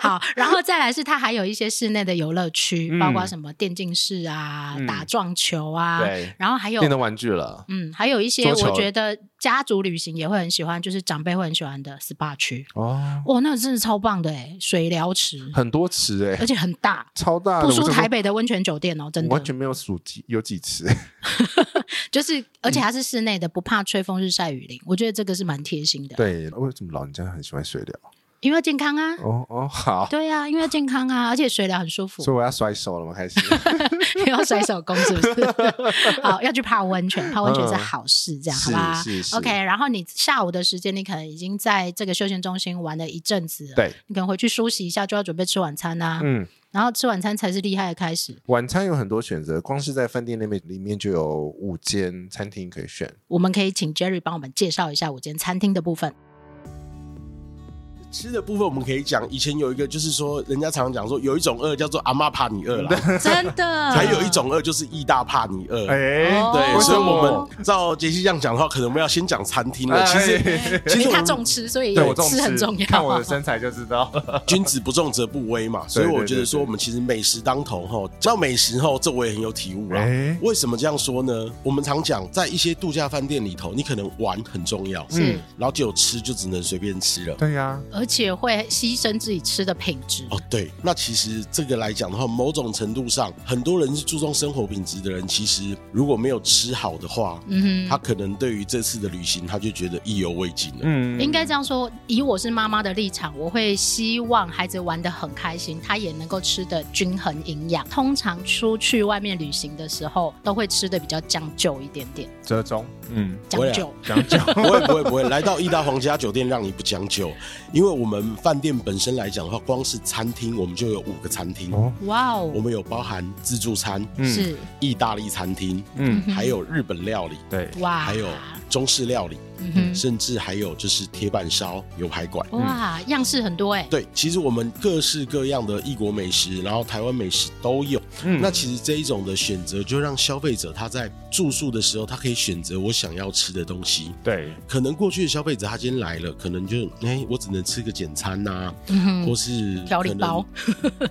好，然后再来是它还有一些室内的游乐区，包括
嗯
什么电竞室啊、
嗯
打撞球啊，
对，
然后还有
电动玩具了。
嗯，还有一些
桌球
我觉得家族旅行也会很喜欢，就是长辈会很喜欢的 SPA 区。
哦，
哇，那个真的超棒的哎，水疗池，
很多池哎、
而且很大。
超大的，
不输
我
台北的温泉酒店哦，真
我完全嗯
的
没有数几有几次，
就是，而且它是室内的，不怕吹风日晒雨淋，我觉得这个是蛮贴心的，
对，为什么老人家很喜欢水疗？
因为要健康啊，
哦哦，好，
对啊，因为要健康啊，而且水疗很舒服
所，以我要甩手了吗？
[LAUGHS]
开始，
不要甩手工，是不是？ [LAUGHS] 好，要去泡温泉，泡温泉是好事，这样、好
嗯是
吧
是是
？OK，然后你下午的时间，你可能已经在这个休闲中心玩了一阵子了，
对，
你可能回去梳洗一下，就要准备吃晚餐啦、
嗯，
然后吃晚餐才是厉害的开始。
晚餐有很多选择，光是在饭店那边里面就有五间餐厅可以选。
我们可以请 Jerry 帮我们介绍一下午间餐厅的部
[LAUGHS]
分。
吃的部分我们可以讲，以前有一个就是说，人家常常讲说有一种饿叫做阿妈怕你饿啦，
真的，
还有一种饿就是义大怕你饿。
[LAUGHS] 嗯哎
哦
对，
为什
所以
么
我们照杰西这样讲的话，可能我们要先讲餐厅了。
哎
其实
对。
其
因
实
为
我
他
们
重吃，所以
对我重
吃很重要。
看我的身材就知道了。
君子不重则不威嘛，所以我觉得说我们其实美食当头吼，讲到美食后，这我也很有体悟
[LAUGHS]
啦。
哎
为什么这样说呢？我们常讲，在一些度假饭店里头，你可能玩很重要，
[LAUGHS] 是，
嗯
然后只有吃就只能随便吃了。
对呀、
而且会牺牲自己吃的品质。
哦，对，那其实这个来讲的话，某种程度上，很多人是注重生活品质的人，其实如果没有吃好的话，
嗯
他
哼，
可能对于这次的旅行，他就觉得意犹未尽了。
[LAUGHS]
[LAUGHS]
嗯
应该这样说。以我是妈妈的立场，我会希望孩子玩得很开心，他也能够吃的均衡营养。通常出去外面旅行的时候，都会吃的比较将就一点点，
折中，嗯，
讲
会啊
究。
讲讲
不会不会不会，来到意大皇家酒店让你不将就，因为我们饭店本身来讲的话，光是餐厅我们就有五个餐厅，
哦
哇哦
我，们有包含自助餐、
[LAUGHS] 嗯
是
意大利餐厅，
嗯
嗯，
哼
还有日本料理，
对，
哇，
还有中式料理，
嗯哼
甚至还有就是铁板烧、牛排馆。
哇，
嗯
样式很多哎。
对，其实我们各式各样的异国美食，然后台湾美食都有。
嗯
那其实这一种的选择，就让消费者他在住宿的时候，他可以选择我想要吃的东西。
对，
可能过去的消费者他今天来了，可能就哎、我只能吃个简餐呐、
嗯哼
或是
调理包，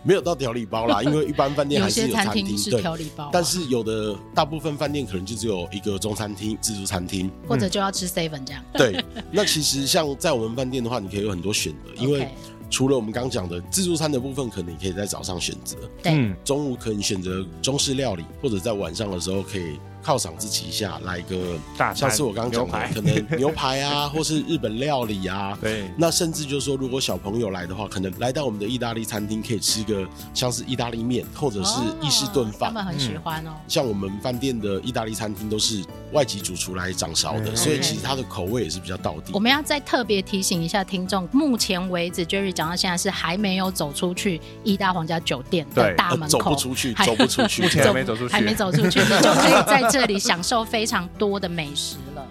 没有到调理包啦，因为一般饭店
有
还是
些
有
餐
餐
厅
厅
是
对。
调理包啊，
但是有的大部分饭店可能就只有一个中餐厅、自助餐
[LAUGHS]
厅。
或者就要吃 seven 这样。
对，那其实像在我们饭店的话，你可以有很多选择，因为
OK，
除了我们刚讲的自助餐的部分，可能你可以在早上选择，
对
嗯，
中午可以选择中式料理，或者在晚上的时候可以犒赏自己一下，来一个
大餐
像是我刚刚讲
牛排
的，可能牛排啊，或是日本料理
[LAUGHS]
啊。
对，
那甚至就是说，如果小朋友来的话，可能来到我们的意大利餐厅，可以吃个像是意大利面或者是意式炖
哦他
饭。嗯
们很喜欢哦。
像我们饭店的意大利餐厅都是外籍主厨来掌勺的，
嗯
所以
OK
其实它的口味也是比较道地。
哎我们要再特别提醒一下听众，目前为止，Jerry 讲到现在是还没有走出去意大皇家酒店的
对
大
呃
门
走
口，哎
不
[LAUGHS]
出去，
还
走不出去。[LAUGHS]
[LAUGHS] 目前还没走出去
还没走出去，就可以在这里享受非常多的美食
[LAUGHS]
了。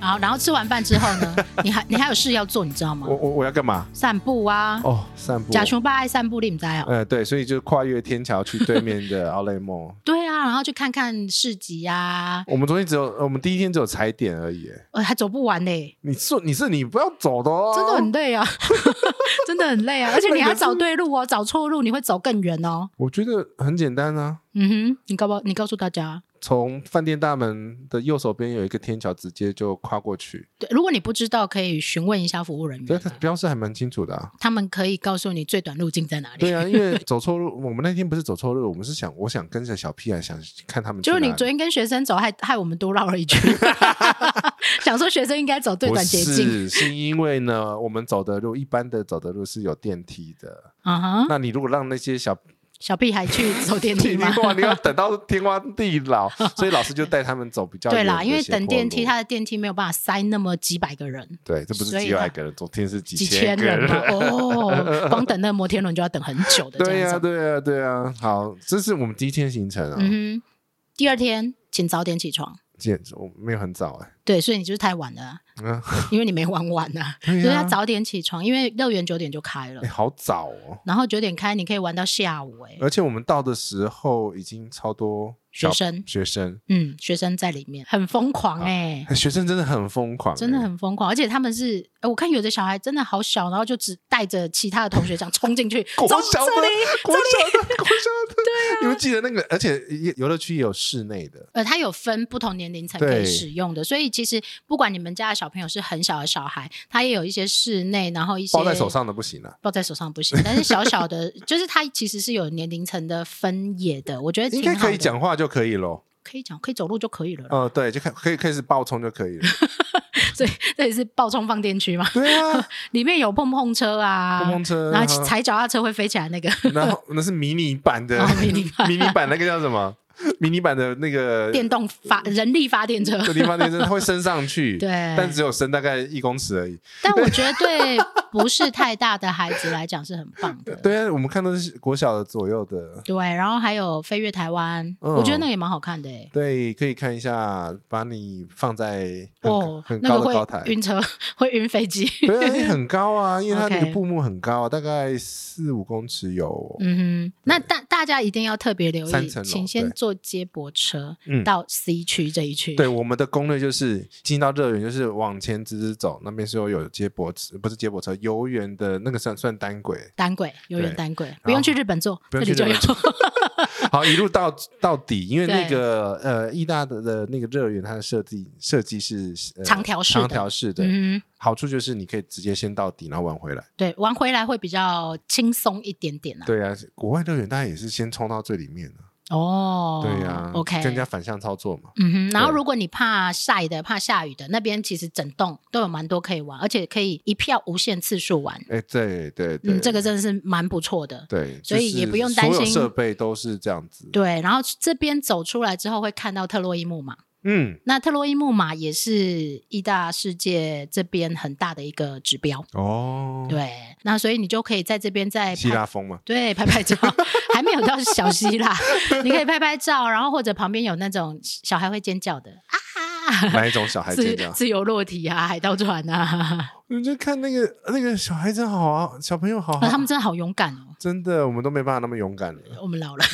好，然后吃完饭之后呢， [LAUGHS] 你还你还有事要做，你知道吗
我？我我要干嘛？
散步啊，
哦，散步。
假熊爸爱散步，你不知道
嗯
哦。
呃，对，所以就跨越天桥去对面的奥莱梦。
对啊，然后去看看市集啊，
我们昨天只有，呃我们第一天只有踩点而已。
呃，还走不完呢、
你说你是你不要走的哦，
真的很累啊， [LAUGHS] 真的很
[LAUGHS]
累啊，而且你还找对路哦，找错路你会走更远哦。
我觉得很简单啊。
嗯哼，你告不？你告诉大家，
从饭店大门的右手边有一个天桥，直接就跨过去。
对，如果你不知道，可以询问一下服务人
对，
员啊
它，标示还蛮清楚的啊。
他们可以告诉你最短路径在哪里。
对啊，因
[LAUGHS]
为走错路，我们那天不是走错路，我们是想，我想跟着小屁孩，想看他们去
就
哪
是
里。
你昨天跟学生走，害害我们多绕了一
[LAUGHS]
圈， [LAUGHS] 想说学生应该走最短捷
不
径。
是，是因为呢，我们走的路，一般的走的路是有电梯的。
啊哈，
那你如果让那些小
小屁孩去走电梯
你 [LAUGHS]
吗？
哇，你要等到天荒地老， [LAUGHS] 所以老师就带他们走比较
对
远的
啦，因为
斜坡
等电梯，
路
它的电梯没有办法塞那么几百个人。
对，这不是
所以
几百
他
个人，昨天是几
几
千
千
个
人嘛，哦，光等那个摩天轮就要等很久的这
对
样
呀，
子。
对呀，对呀。好，这是我们第一天行程啊。
嗯哼，第二天请早点起床。
简直我没有很早哎，
对，所以你就是太晚了啊，
嗯，
因为你没玩完
[LAUGHS]
啊，
所
所以要早点起床，因为乐园九点就开了
哎，，好早哦。
然后九点开，你可以玩到下午、欸。哎，
而且我们到的时候已经超多
学
小
生
学生， [LAUGHS]
嗯，学生在里面很疯狂哎、
学生真的很疯狂，欸
真的。很疯狂，而且他们是，呃我看有的小孩真的好小，然后就只带着其他的同学这样冲进
[LAUGHS]
去，
国
走
小的
这里，，
[LAUGHS] 国小的，国小的，
啊
对你们记得那个？而且也游乐区也有室内的，
呃，它有分不同年龄层可
对
以使用的，所以其实不管你们家的小朋友是很小的小孩，他也有一些室内，然后一些
抱在手，上的不行啊。
抱在手上不行，但是小小的，就是它其实是有年龄层的分野的，我觉得
应
挺
该
好
可
的
以，讲话就可以咯。
可以讲，可以走路就可以了啦。 [LAUGHS]
呃，对，就开可以开始爆冲就可以了。
所以这里是爆冲放电区嘛，
对啊，
里面有碰碰车啊，
碰碰车，
然后踩脚踏车会飞起来那个
然后那是迷你版的
哦迷你版
[LAUGHS] 迷你版那个叫什么？迷你版的那个
电动发人力发电车。
这地方电车，它会升上
[LAUGHS]
去，
对
但只有升大概一公尺而已。
但我觉得对不是太大的孩子来讲是很棒的。
对啊，我们看到是国小的左右的，
对，然后还有飞越台湾，
嗯
我觉得那个也蛮好看的欸诶。
对，可以看一下，把你放在很、
哦，
很
那
高
个
的高
会
台。
晕车， [LAUGHS] 会晕飞机。
对
[LAUGHS]
啊，因为很高啊，因为它那
OK
个布幕很高、啊，大概四五公尺有。
嗯哼，那大大家一定要特别留
三
意，
层楼
请先坐接驳车
嗯
到 C 区这一区。
对，我们的攻略就是进到乐园，就是往前直直走，那边是有有接驳车，不是接驳车，游园的那个算算单
[LAUGHS]
轨。
单轨，永远
对
单轨，不用去日本坐，
不
这
用去
里就
日
有
本。好，一路到到底，因为
对
那个呃，意大的的那个乐园，它的设计设计是、呃、
长条式的
长条式的，
[LAUGHS] 嗯哼，
好处就是你可以直接先到底，然后玩回来。
对，玩回来会比较轻松一点点啊。
对啊，国外乐园大家也是先冲到最里面啊的、
哦，
对啊
，OK，
跟人家反向操作嘛。
嗯哼，然后
对
如果你怕晒的、怕下雨的，那边其实整栋都有蛮多可以玩，而且可以一票无限次数玩。
哎，对对对，
嗯，这个真的是蛮不错的。
对，
所以
就是
也不用担心
所有设备都是这样子。
对，然后这边走出来之后会看到特洛伊木马，
嗯，
那特洛伊木马也是意大世界这边很大的一个指标。
哦，
对，那所以你就可以在这边再
希
拍
腊
[LAUGHS]
风嘛，
对拍
[LAUGHS]
拍照，还没有到小希腊，你可以拍拍照，然后或者旁边有那种小孩会尖叫的啊，
哪一种小孩
自 [LAUGHS]
尖叫？
自由落体啊，海盗船啊，
你就看那个那个小孩真好啊，小朋友好
那
啊，
哦他们真的好勇敢哦。
真的我们都没办法那么勇敢了。
我们
[LAUGHS]
老了，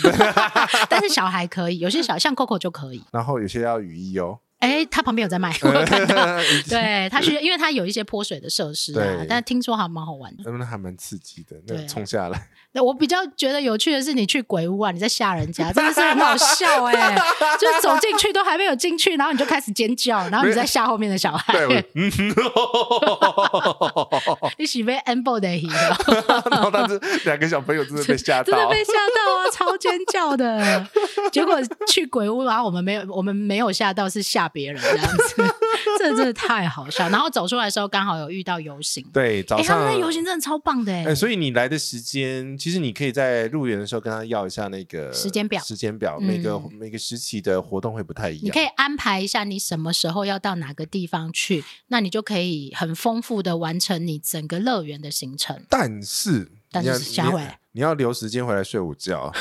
但是小孩可以，有些小像 Coco 就可以。
然后有些要雨衣哦，
哎，他旁边有在
[LAUGHS]
卖，我有看到。
雨衣
对，他需要，因为他有一些泼水的设施啊
对，
但听说还蛮好玩的。
那还蛮刺激的，那
对
个冲下
[LAUGHS]
来，
那我比较觉得有趣的是，你去鬼屋啊，你在吓人家，真的是很好笑哎、就是走进去都还没有进去，然后你就开始尖叫，然后你在吓后面的小孩，
对，我
[LAUGHS]
嗯，
你喜被 amble 的鱼，哦
然后但是两个小朋友真的被吓
真的
到，
被吓到啊，超尖叫的。结果去鬼屋，然后我们没有，我们没有吓到，是吓别人这样子，这真的太好笑。然后走出来的时候，刚好有遇到游行，
对，
哎、
早
他们
上
那游行真的超棒的哎、
哎、所以你来的时间，其实你可以在入园的时候跟他要一下那个
时间表
时间表
嗯
每个、每个时期的活动会不太一样。
你可以安排一下你什么时候要到哪个地方去，那你就可以很丰富的完成你整个乐园的行程。
但是
但
你要
是下回
你你要留时间回来睡
[LAUGHS]
午觉。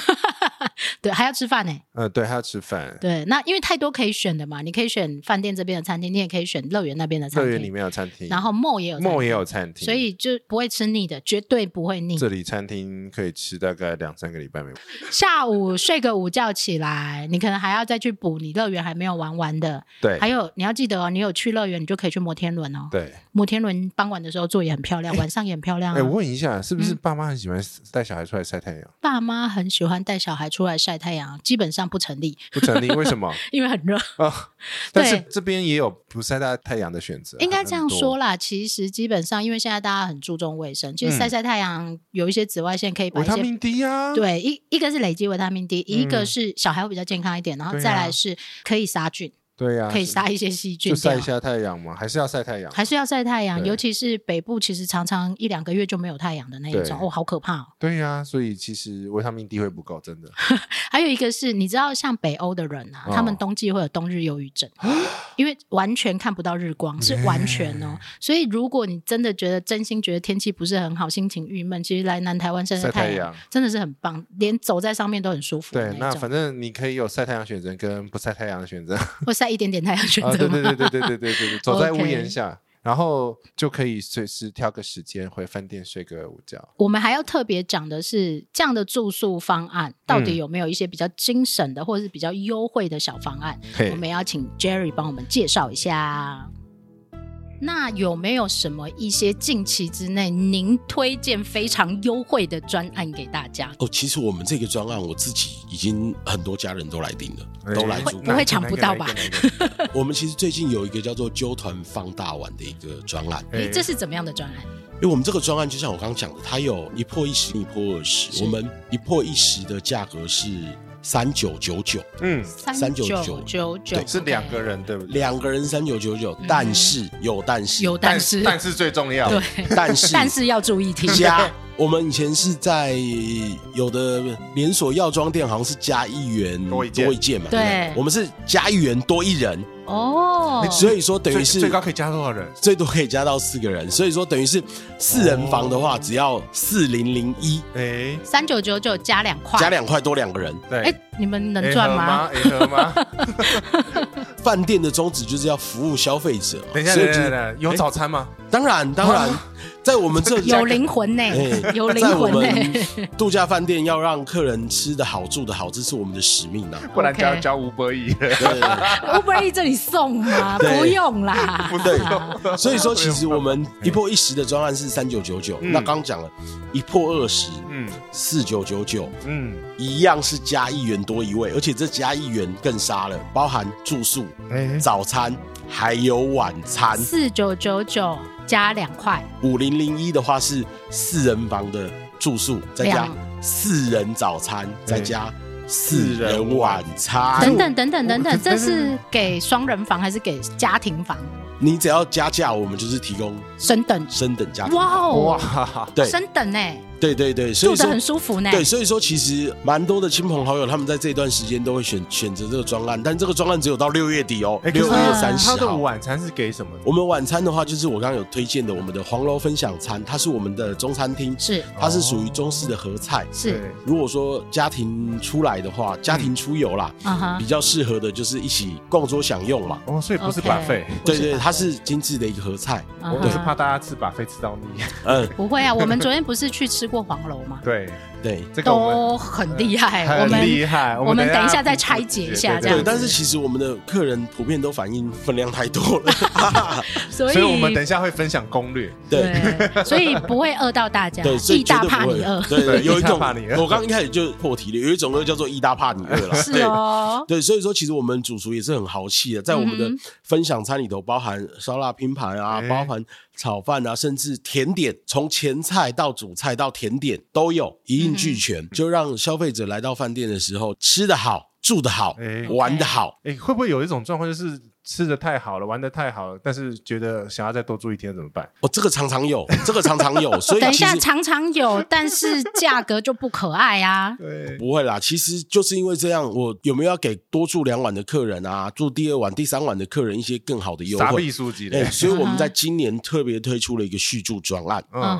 对，还要吃饭呢、
嗯，对，还要吃饭。
对，那因为太多可以选的嘛，你可以选饭店这边的餐厅，你也可以选乐园那边的餐
乐园里
厅，
面有餐厅，
然后梦也有餐
梦也
厅，
有餐厅，
所以就不会吃腻的，绝对不会腻。
这里餐厅可以吃大概两三个礼拜没有。
下午睡个午觉起来，你可能还要再去补你乐园还没有玩完的。
对，
还有你要记得哦，你有去乐园，你就可以去摩天轮哦。
对。
摩天轮傍晚的时候坐也很漂亮，晚上也很漂亮、啊。
哎、我问一下，是不是爸妈很喜欢带小孩出来晒太阳？
爸妈很喜欢带小孩出来晒太阳，基本上不成立，
不成立，为什么？
因为很热。
啊，但是
对
这边也有不晒大太阳的选择啊，
应该这样
很多
说啦，其实基本上因为现在大家很注重卫生，其实
嗯
晒晒太阳有一些紫外线可以把
维
一
他
些。
命 D 啊，
对，一一个是累积维他命 D，、一个
嗯
是小孩会比较健康一点，然后
对
再
啊
来是可以杀菌，
对呀、
可以杀一些细菌
就
掉
晒一。下太阳嘛，还是要晒太阳。
还是要晒太阳，
对
尤其是北部，其实常常一两个月就没有太阳的那一种，
对
哦，好可怕哦。
对呀、所以其实维他命 D 会不够，真的。
还有一个是，你知道像北欧的人啊，
哦
他们冬季会有冬日忧郁症，因为完全看不到日光，是完全哦。
哎
所以如果你真的觉得真心觉得天气不是很好，心情郁闷，其实来南台湾晒
晒太
太
阳
真的是很棒，连走在上面都很舒服的
对，那
一种。
反正你可以有晒太阳选择跟不晒太阳的
[LAUGHS]
选择。
会晒一点点太阳选
啊，
择
对
吗？
对对对对对对对，走在
OK
屋檐下，然后就可以随时挑个时间回饭店睡个午觉。
我们还要特别讲的是，这样的住宿方案到
嗯
底有没有一些比较精神的，或者是比较优惠的小方案？
嘿
嗯我们要请 Jerry 帮我们介绍一下。那有没有什么一些近期之内您推荐非常优惠的专案给大家？
哦，其实我们这个专案，我自己已经很多家人都来订了，都来
哎
住
不。会抢不到吧？
哪一个哪一
[LAUGHS]
个哪一个
我们其实最近有一个叫做“纠团放大碗”的一个专案，
你
哎
这是怎么样的专案？
因为我们这个专案就像我刚刚讲的，它有一破一十，一破二十。
是
我们一破一十的价格是三九九九，
嗯，
三
3999
九九
对
是两个人对不对？
两个人三九九九，但是有但
嗯
是
有，但是
但是最重要，
对，
但是
但是要注意听。
加。我们以前是在有的连锁药妆店，好像是加一元
多一件
嘛，
对
不我们是加一元多一人，
哦，
所以说等于
最
是
最高可以加多少人？
最多可以加到四个人，所以说等于是四人房的话，只要四零零一
哎，
三九九九加两块，
加两块多两个人。
对，
哎，你们能
哎
赚
合
吗？
吗？哎合吗？ [LAUGHS]
饭店的宗旨就是要服务消费者嘛，
等一下，
所
等
以
一
就
下，
是
等一下，有早餐吗？
当然当然，在我们这里
有灵魂呢、
哎
有灵
在我
魂呢、
们
[LAUGHS]
度假饭店要让客人吃的好、住的好，这是我们的使命
[LAUGHS]
呐、
不然
OK
交交吴伯义了。
对，
Uber E 这里送吗？
对
不用啦，
对，所以说其实我们一破一十的专案是三九九九，
嗯
那刚讲了，一破二十，
嗯
四九九九，
嗯，
一样是加一元多一位，而且这加一元更杀了，包含住宿、
哎，
早餐还有晚餐。
四九九九加两块，
五零零一的话是四人房的住宿，再加
两
四人早餐，再加四人晚
等
餐。
等等等等等，
我
这是给双人房还是给家庭房？
你只要加价，我们就是提供
升等，
升等价。
哇哦，
哇，
对
升等呢、
对对对，所
住
以
得
说
很欸舒服呢、
对，所以说其实蛮多的亲朋好友，他们在这段时间都会选选择这个专案，但这个专案只有到六月底哦，
哎，可
六
是
月三十
他的
号。
晚餐是给什么的？
我们晚餐的话，就是我刚刚有推荐的我们的黄楼分享餐，它是我们的中餐厅，
是
它是属于中式的合菜。
是，
如果说家庭出来的
嗯
话，家庭出游啦，
啊哈
比，较适合的就是一起共桌享用嘛。
哦，所以不是
OK
把费，
不
对
是
对，
吧
它是精致的一个合菜。
啊
我是
哈
怕大家吃把费吃到腻。 [LAUGHS]
嗯，
不会啊，我们昨天不是去吃过黄楼吗？
对，
对
这个我们
都很厉害，
[LAUGHS]
我
很
哦们
厉害，
我们等一下再
补
拆解一下
对对
这样
对，
子
但是其实我们的客人普遍都反映分量太多了。
[LAUGHS] 所
所以我们等一下会分享攻略。
对。
对， [LAUGHS] 所以不会饿到大家，
对，所以
地
绝
大
对
怕
不会
你饿，
对对，
对
有一
一大
种
怕你饿
我刚一开始就破题了，有一种饿叫做“一大怕你饿”了。
是哦。
对，对，所以说其实我们主厨也是很豪气的，在我们的
嗯
分享餐里头，包含烧腊拼盘啊，
哎
包含炒饭啊，甚至甜点，从前菜到主菜到甜点都有，一
嗯
应俱全，就让消费者来到饭店的时候吃得好、住得好、
哎
玩得好。
哎，会不会有一种状况，就是吃的太好了，玩的太好了，但是觉得想要再多住一天怎么办？
哦，这个常常有，这个常常
[LAUGHS]
有，所以
等一
其
下，
实。
常常有，但是价格就不可爱啊。
对，
不会啦，其实就是因为这样，我有没有要给多住两晚的客人啊，住第二晚、第三晚的客人一些更好的优
傻
惠
逼？书籍
哎、
嘞，
所以我们在今年特别推出了一个续住专案。
嗯
嗯，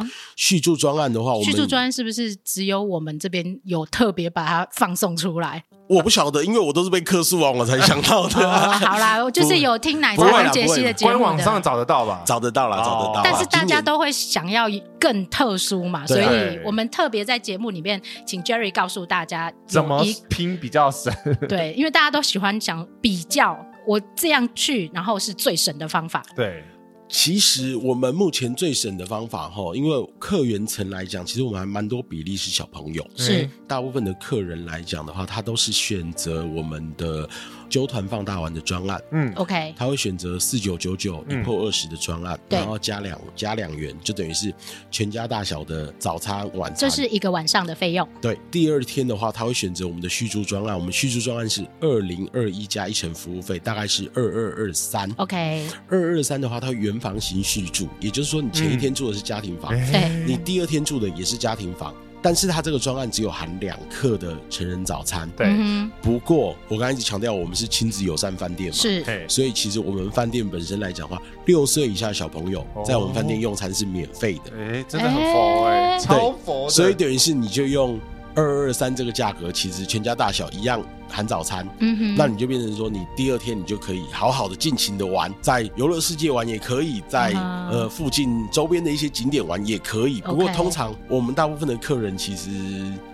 哼，
续住专案的话，我们
叙述专案是不是只有我们这边有特别把它放送出来？
[LAUGHS] 我不晓得，因为我都是被客诉啊完我才想
[LAUGHS]
到的、
哦，好啦，我就是有听奶茶
啊不会
跟
啦
杰西的节
官
目
网上
的，
找得到吧？
找得到啦，
哦
找得到啦。
但是大
今
家
年
都会想要更特殊嘛，所
对
以我们特别在节目里面请 Jerry 告诉大家有
怎么
一
[LAUGHS]
拼比较省？
对，因为大家都喜欢讲比较，我这样去，然后是最省的方法。
[LAUGHS] 对，
其实我们目前最省的方法哈，因为客源层来讲，其实我们还蛮多比例是小朋友，
是
大部分的客人来讲的话，他都是选择我们的纠团放大丸的专案。
嗯，
OK，
他会选择四九九九一
嗯
破二十的专案，
对
然后加两加两元，就等于是全家大小的早餐晚
这
餐。
是一个晚上的费用。
对，第二天的话，他会选择我们的续租专案。我们续租专案是二零二一加一成服务费，大概是二二二三。
OK，
二二三的话，它会原房型续住，也就是说，你前一天住的是家庭房，
对
哎你第二天住的也是家庭房，但是它这个专案只有含两客的成人早餐。
对
嗯
不过我刚才一直强调，我们是亲子友善饭店
哼
嘛，。
是
嘿，
所以其实我们饭店本身来讲的话，六岁以下的小朋友
哦
在我们饭店用餐是免费的，
哎，真的很佛
哎
哎，超
哦
佛的，
所以等于是你就用二二三这个价格，其实全家大小一样含早餐，
嗯哼，
那你就变成说，你第二天你就可以好好的尽情的玩，在游乐世界玩也可以，在、
啊
呃附近周边的一些景点玩也可以。不过
OK
通常我们大部分的客人其实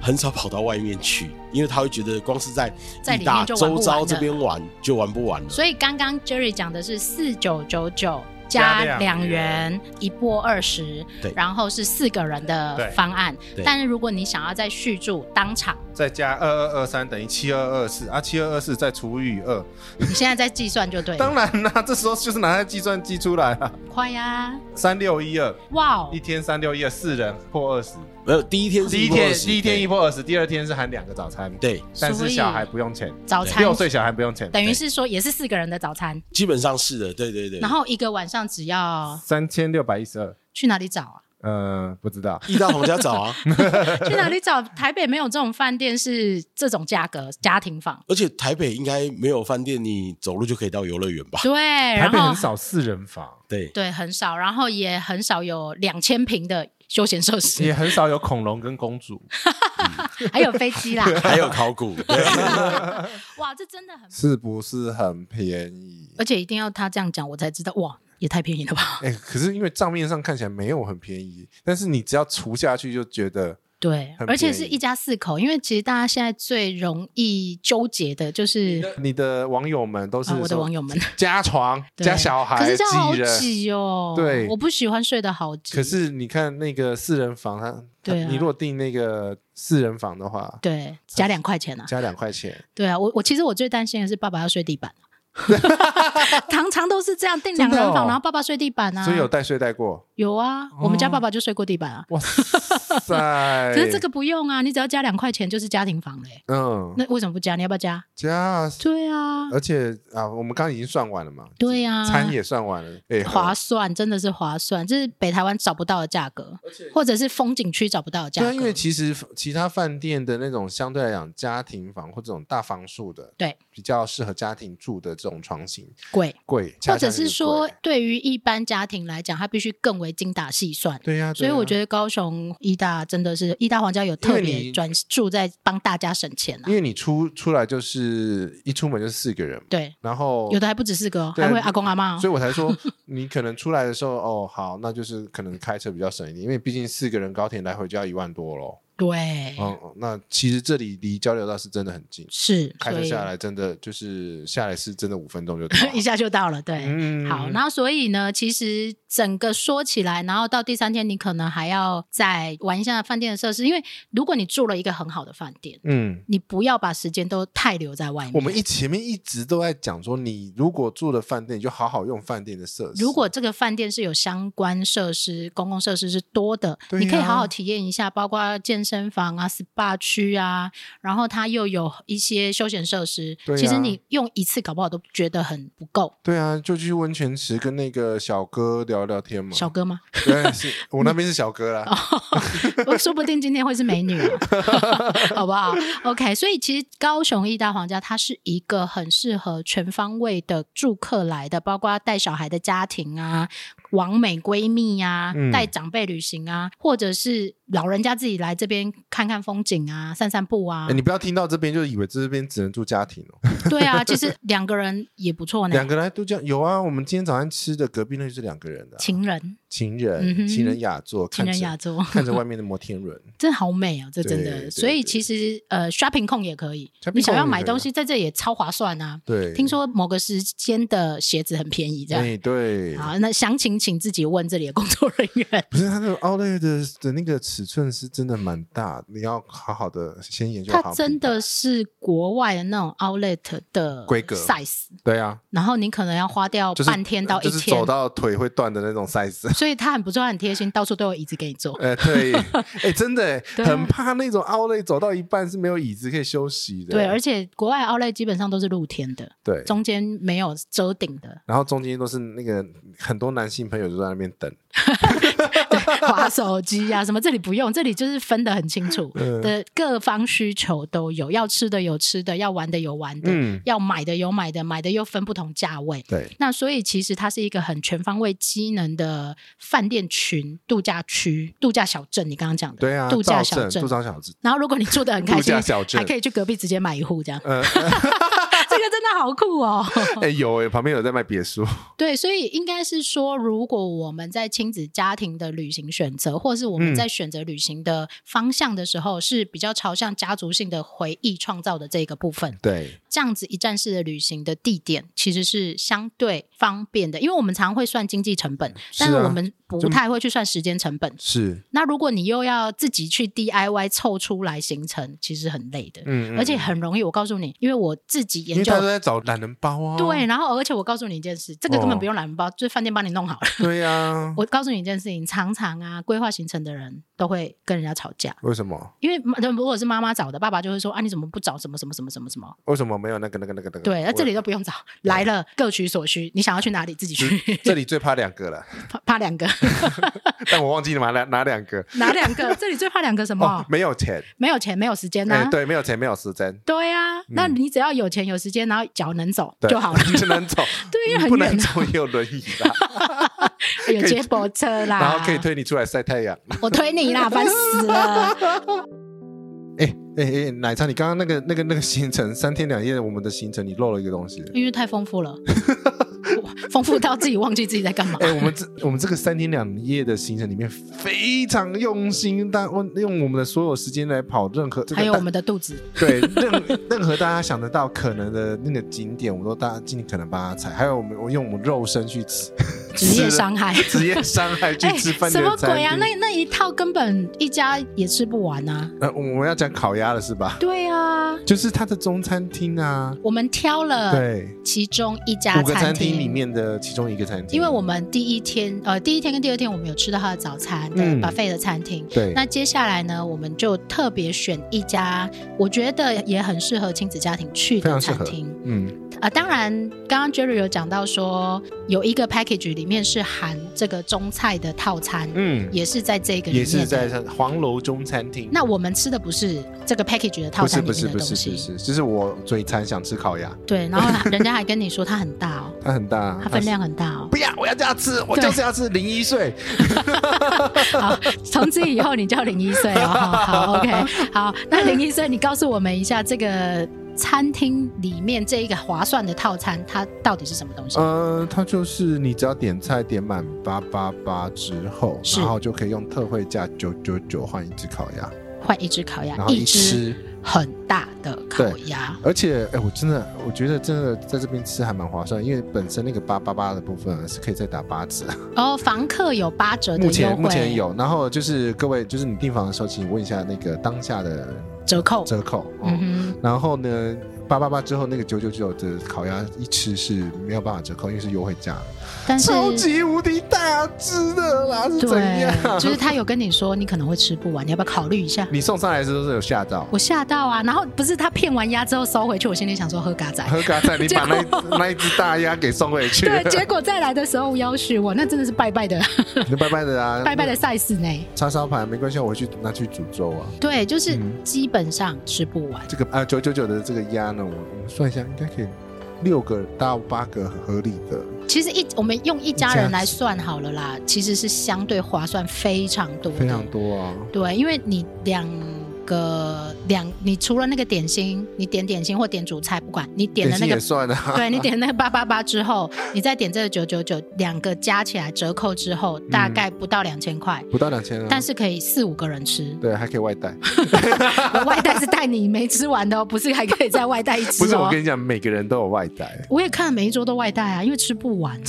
很少跑到外面去，因为他会觉得光是在
在
义
里
大
面就玩不
周遭
完
这
了
边玩就玩不完了。
所以刚刚 Jerry 讲的是四九九九
加
加两
两
元
元，
一波二十
对，
然后是四个人的
对
方案
对。
但是如果你想要再续住当
[LAUGHS]
场，
再加二二二三等于七二二四啊，七二二四再除以二，
你现在再计算就对
当
了。
然啦，这时候就是拿来计算机出来了，
快呀！
三六一二，
哇哦
一，天三六一二，四人破二十，
没有第一天是
第一天第一天一
一
破二十，第二天是含两个早餐，，
对，对
但
所
是
以
小孩不用钱，
早餐
六岁小孩不用钱，
等于是说也是四个人的早餐，
基本上是的，对对对。
然后一个晚上只要
三千六百一十二，
去哪里找啊？ [LAUGHS]
呃，不知道，
义大洪家早啊，
去哪里找？啊台北没有这种饭店是这种价格家庭房。
而且台北应该没有饭店，你走路就可以到游乐园吧？
对，
台
然
北
后
很少四人房。
对，
对很少，然后也很少有两千平的休闲设施
也。很少有恐龙跟公主，
还有飞机啦。
还有考古，对
哇，这真的很，
是不是很便宜？
而且一定要他这样讲，我才知道，哇，也太便宜了
[LAUGHS]
吧？
哎、可是因为账面上看起来没有很便宜，但是你只要除下去就觉得
对，
很
而且
便宜
是一家四口，因为其实大家现在最容易纠结的就是。
你的网友们都是、
啊，我的网友们，
加床
对
加小孩
可是这样好
挤人，
挤哦。
对
我不喜欢睡得好挤。
可是你看那个四人房，它它
对啊
你如果订那个四人房的话，
对，加两块钱啊。
加两块钱，
对啊，我我其实我最担心的是爸爸要睡地
[LAUGHS]
板，常常都是这样订两
真
人
的哦
房，然后爸爸睡地板啊。
所以有哦带睡
[LAUGHS]
带过，
有啊，我们家爸爸就睡过地板啊。
哇塞！
可是这个不用啊，你只要加两块钱就是家庭房嘞、欸
嗯
那为什么不加？你要不要加？
加，
对啊，
而且啊，我们刚刚已经算完了嘛，
对啊呀、
餐也算完了，哎、
划算，真的是划算，这是北台湾找不到的价格，或者是风景区找不到的价格。
对啊，因为其实其他饭店的那种相对来讲家庭房或这种大房数的，
对，
比较适合家庭住的这种床型
贵，
贵，
或
恰恰
者
就是
说
贵，
对于一般家庭来讲，它必须更为精打细算。
对呀、
所以我觉
得，
得高雄医大真的是医大皇家有特
因为
别
你
专注在帮大家省钱啊
因。为你出出来就是一出门就是四个人嘛，
对，
然后
有的还不止四个、哦，
对啊
还会阿公阿妈、哦。
所以我才说，你可能出来的时候，哦，好，那就是可能开车比较省一点，因为毕竟四个人高铁来回就要一万多
[LAUGHS]
咯。
对，
嗯，嗯那其实这里离交流道是真的很近，
是，
开
所
车
以
下来真的就是下来是真的五分钟就到
[LAUGHS]
了
一。下就到了。对，
嗯
好，然后所以呢，其实整个说起来，然后到第三天，你可能还要再玩一下饭店的设施，因为如果你住了一个很好的饭店，
嗯，
你不要把时间都太留在外面。
我们一前面一直都在讲说，你如果住了饭店，你就好好用饭店的设施。
如果这个饭店是有相关设施、公共设施是多的，
对呀
你可以好好体验一下，包括健身房啊、SPA 区啊，然后它又有一些休闲设施。
对呀
其实你用一次搞不好都觉得很不够。
对啊，就去温泉池跟那个小哥聊聊天嘛。
小哥哦吗？
对，啊是我那边是小
[LAUGHS]
哥啦。
我哦说不定今天会是美女哦， [LAUGHS] 好不好？OK，所以其实高雄义大皇家它是一个很适合全方位的住客来的，包括带小孩的家庭啊、完美闺蜜啊、
嗯
带长辈旅行啊，或者是老人家自己来这边看看风景啊，散散步啊
哎，。你不要听到这边就以为这边只能住家庭哦。
对啊，其实两个人也不错呢，
两个人来度假有啊，我们今天早上吃的隔壁那就是两个人的
[LAUGHS]
啊、
情人
情
嗯哼
人情人雅座，
情
看
人
着
雅座
[LAUGHS] 看着外面的摩天
[LAUGHS]
轮，
真的好美哦，这真
对
的。
对
所以
对
其实呃，shopping 控也可以
shopping，
你想要
控也
买
可以
东
啊
西在这也超划算啊。
对，
听说某个时间的鞋子很便宜，这样。
哎对，
好，那详情请自己问这里的工作人
[LAUGHS]
员。
不是它的 outlet 的的那个尺寸是真的蛮大，你要好好的先研究好。
它真的是国外的那种 outlet 的
规格
size，
对啊，
然后你可能要花掉
就是呃
半天到一
就
天，
是走到腿会断的那种 size。 [LAUGHS]
所以它很不错，它很贴心，到处都有椅子给你坐。
呃，
[LAUGHS]
对，哎，真的欸，
对啊
很怕那种 outlet 走到一半是没有椅子可以休息的。
对，而且国外 outlet 基本上都是露天的，
对，，
中间没有遮顶的
然后中间都是那个很多男性朋友就在那边等。
划手机呀、什么，这里不
[LAUGHS]
用，这里就是分得很清楚
嗯
的，各方需求都有，要吃的有吃的，要玩的有玩的，
嗯，
要买的有买的，买的又分不同价位。
对，
那所以其实它是一个很全方位机能的饭店群、度假区、度假小镇。你刚刚讲的，
对啊，
度假
造
小
镇，
镇
度。假小镇，
然后如果你住的很开
度
心
假，小镇
还可以去隔壁直接买一户这样。[LAUGHS]
呃，
这个真的好酷哦！ [LAUGHS]
哎、有哎、旁边有在卖别墅，
对，所以应该是说，如果我们在亲子家庭的旅行选择，或是我们
嗯
在选择旅行的方向的时候，是比较朝向家族性的回忆创造的这个部分。
对，
这样子一站式的旅行的地点其实是相对方便的，因为我们常会算经济成本，
是
但
啊
是我们不太会去算时间成本。
[LAUGHS] 是，
那如果你又要自己去 DIY 凑出来行程，其实很累的，
嗯，嗯
而且很容易。我告诉你，因为我自己
因
研
为
究
他都。在找懒人包啊，
对，然后而且我告诉你一件事，这个根本不用懒人包，就是饭店帮你弄好了。
[LAUGHS] 对呀、啊，
我告诉你一件事情，常常啊，规划行程的人都会跟人家吵架，
为什么
因为如果是妈妈找的，爸爸就会说啊，你怎么不找什么什么什么什么什么？
为什么没有那个那个那个那个？
对，那
我
这里都不用找，来了各取所需。你想要去哪里自己去，
这里最怕两个了， [LAUGHS]
怕怕两个， [LAUGHS]
但我忘记拿哪哪两个
哪两个？这里最怕两个什么？
哦，没有钱，
没有钱，没有时间呐、
哎、对，没有钱，没有时间，
对啊，那你只要有钱有时间，然后脚能走
对。
就好了
[LAUGHS] 就能走，
[LAUGHS] 对，因为
你
很
不能
远啊，
走也有轮椅
[LAUGHS]
啦，
有接驳
[LAUGHS]
车啦，
然后可以，推你出来晒太阳。
我推你啦，烦死
[LAUGHS]
了。
哎哎哎，奶茶，你刚刚那个那个那个行程三天两夜，我们的行程你漏了一个东西。
因为太丰
[LAUGHS]
富了，我丰富到自己忘记自己在干嘛 [LAUGHS]
哎、。我们这我们这个三天两夜的行程里面非常用心，但用我们的所有时间来跑任何这个
还有
大
我们的肚子，
对任 [LAUGHS] 任何大家想得到可能的那个景点，我们都大家尽可能帮他踩。还有我们我用我们肉身去吃，
职业伤害哎
职业伤害去吃饭
什
店
么
的餐
鬼
厅。
啊？那那一套根本一家也吃不完啊！
呃，我们要讲烤鸭了是吧？ [LAUGHS]
对啊，
就是它的中餐厅啊，
我们挑了
对，
其中一家
五个餐
呃厅
厅里，面的其中一个餐厅，
因为我们第一天呃第一天跟第二天我们有吃到他的早餐，对、
嗯
b u f f e t 的餐厅。
对
那接下来呢，我们就特别选一家，我觉得也很适合亲子家庭去
非
的
常适
餐
合
厅。
嗯
啊、当然，刚刚 Jerry 有讲到说，有一个 package 里面是含这个中菜的套餐，
嗯
也是在这个里面
也是
的
在黄楼中餐厅。
那我们吃的不是这个 package 的套
不是
餐里
不
面
是
的
不
东
是不
西，
是，就是我嘴馋想吃烤鸭，
对。然后人家还跟你说它很大哦，
它很大，
它分量很大哦。
不要，我要这样吃，我
对
就是要吃零一岁。
好， [LAUGHS] 从此以后你叫林一岁哦。好好，OK，好，
[LAUGHS]
那林一岁，你告诉我们一下这个餐厅里面这一个划算的套餐，它到底是什么东西？
呃，它就是你只要点菜点满八八八之后，
是
然后就可以用特惠价九九九换一只烤鸭，
换一只烤鸭
然，后
一
一
只
吃。
很大的烤鸭，
而且，哎，我真的，我觉得真的在这边吃还蛮划算，因为本身那个八八八的部分啊是可以再打八折，
然后哦房客有八折的
[LAUGHS] 目
呃优
前目前
惠
有。然后就是各位，就是你订房的时候，请问一下那个当下的
折扣。
折扣。哦
嗯哼，
然后呢，八八八之后那个九九九的烤鸭一吃是没有办法折扣，因为是优惠价，
但是
超级无敌大只的啦，是怎
对，
样？
就是他有跟你说你可能会吃不完，你要不要考虑一下？
你送上来的时候是有吓到，
我吓到啊！然后不是他骗完鸭之后收回去，我心里想说喝嘎仔。
喝嘎仔，你
[LAUGHS]
把那
结
一
果
那一只大鸭给送回去，
对，结果再来的时候要许我，那真的是拜拜的
你拜拜的啊，
拜拜的 size 呢。
叉烧盘没关系，我回去拿去煮粥啊。呃
对，就是
嗯
基本上吃不完。
这个啊九九九的这个鸭呢，我我们算一下，应该可以六个到八个合理的。
其实一我们用一家
一家
人
子
来算好了啦，其实是相对划算非常多的，
非常多啊，
对，因为你两个两，你除了那个点心，你点点心或点主菜，不管你点
点
了那
心
个
也算啊，
对你点那个八八八之
[LAUGHS]
后，你再点这个九九九，两个加起来折扣之后，大概不到两千块，
不到两千啊，
但是可哦以四五个人吃。
对，还可以外带。
我外带是带你没吃完的哦，不是还可以再外带一吃
不是
哦
我。跟你讲，每个人都有外带，啊
我也看每一桌都外带啊，因为 [LAUGHS] 吃不完，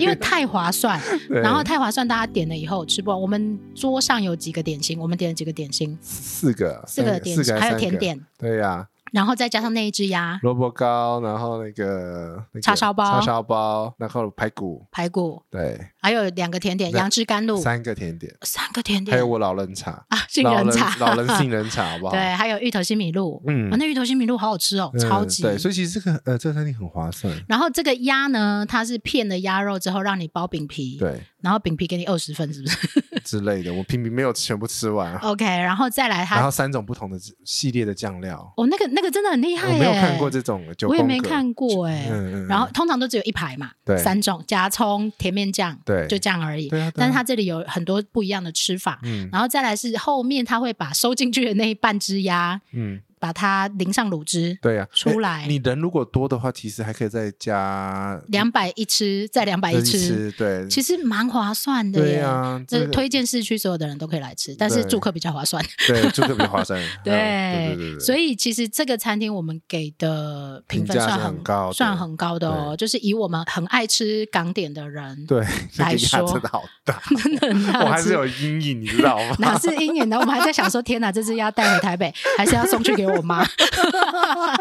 因为太划算，
[LAUGHS] 对
然后太划算，大家点了以后吃不完。我们桌上有几个点心，我们点了几个点心，
四个，
四
三
个点
四
心，
个
还有
三个
甜，点，
对呀，
然后再加上那一只鸭、
萝卜糕，然后那个那个
叉烧包
叉烧包，然后排骨，
排骨，
对，
还有两个甜点，
那
杨枝甘露，
三个甜点，
三个哦甜
还
点
有我老人茶，
啊，杏仁茶，
老人老人杏仁茶，好不
[LAUGHS]
好？
对，还有芋头西米露，
嗯
啊，那芋头西米露好好吃哦，
嗯，
超级。
对，所以其实这个呃，这个餐厅很划算，
然后这个鸭呢，它是片了鸭肉之后让你包饼皮，
对
然后饼皮给你二十份，是不是
之类的，我平平没有全部吃完，
？OK，然后再来
然
它，
后三种不同的系列的酱料，
哦，那个那个真的很厉
我
害耶，
没有看过这种九
我也
宫
没
格
看过哎、
嗯嗯嗯
然后通常都只有一排嘛，
对
三种加葱、甜面酱，
对
就这样而已。
对啊对啊
但是它这里有很多不一样的吃法，
嗯
然后再来是后面它会把收进去的那一半只鸭，
嗯，
把它淋上卤汁，
对呀，
出
诶
来
你人如果多的话，其实还可以再加
两百一吃，再两百一
再
吃，
吃，对，
其实蛮划算的
对
耶。
呀，
这
个
推荐市区所有的人都可以来吃，但是
对
住客比较划算。
对就特别划算，嗯对对对，
所
以
以其实这个餐厅我们给的评分
评价
算
是很高的
算很高的哦。就是以我们很爱吃港点的人，
对，这
来
个压
说
真的好
[LAUGHS]
大，
真的很
我
爱
还
吃
是。有阴影，你知道
[LAUGHS]
吗？
哪是鹰眼呢？我们还在想说，天哪，这只要带回台北，还是要送去给我妈？ [LAUGHS]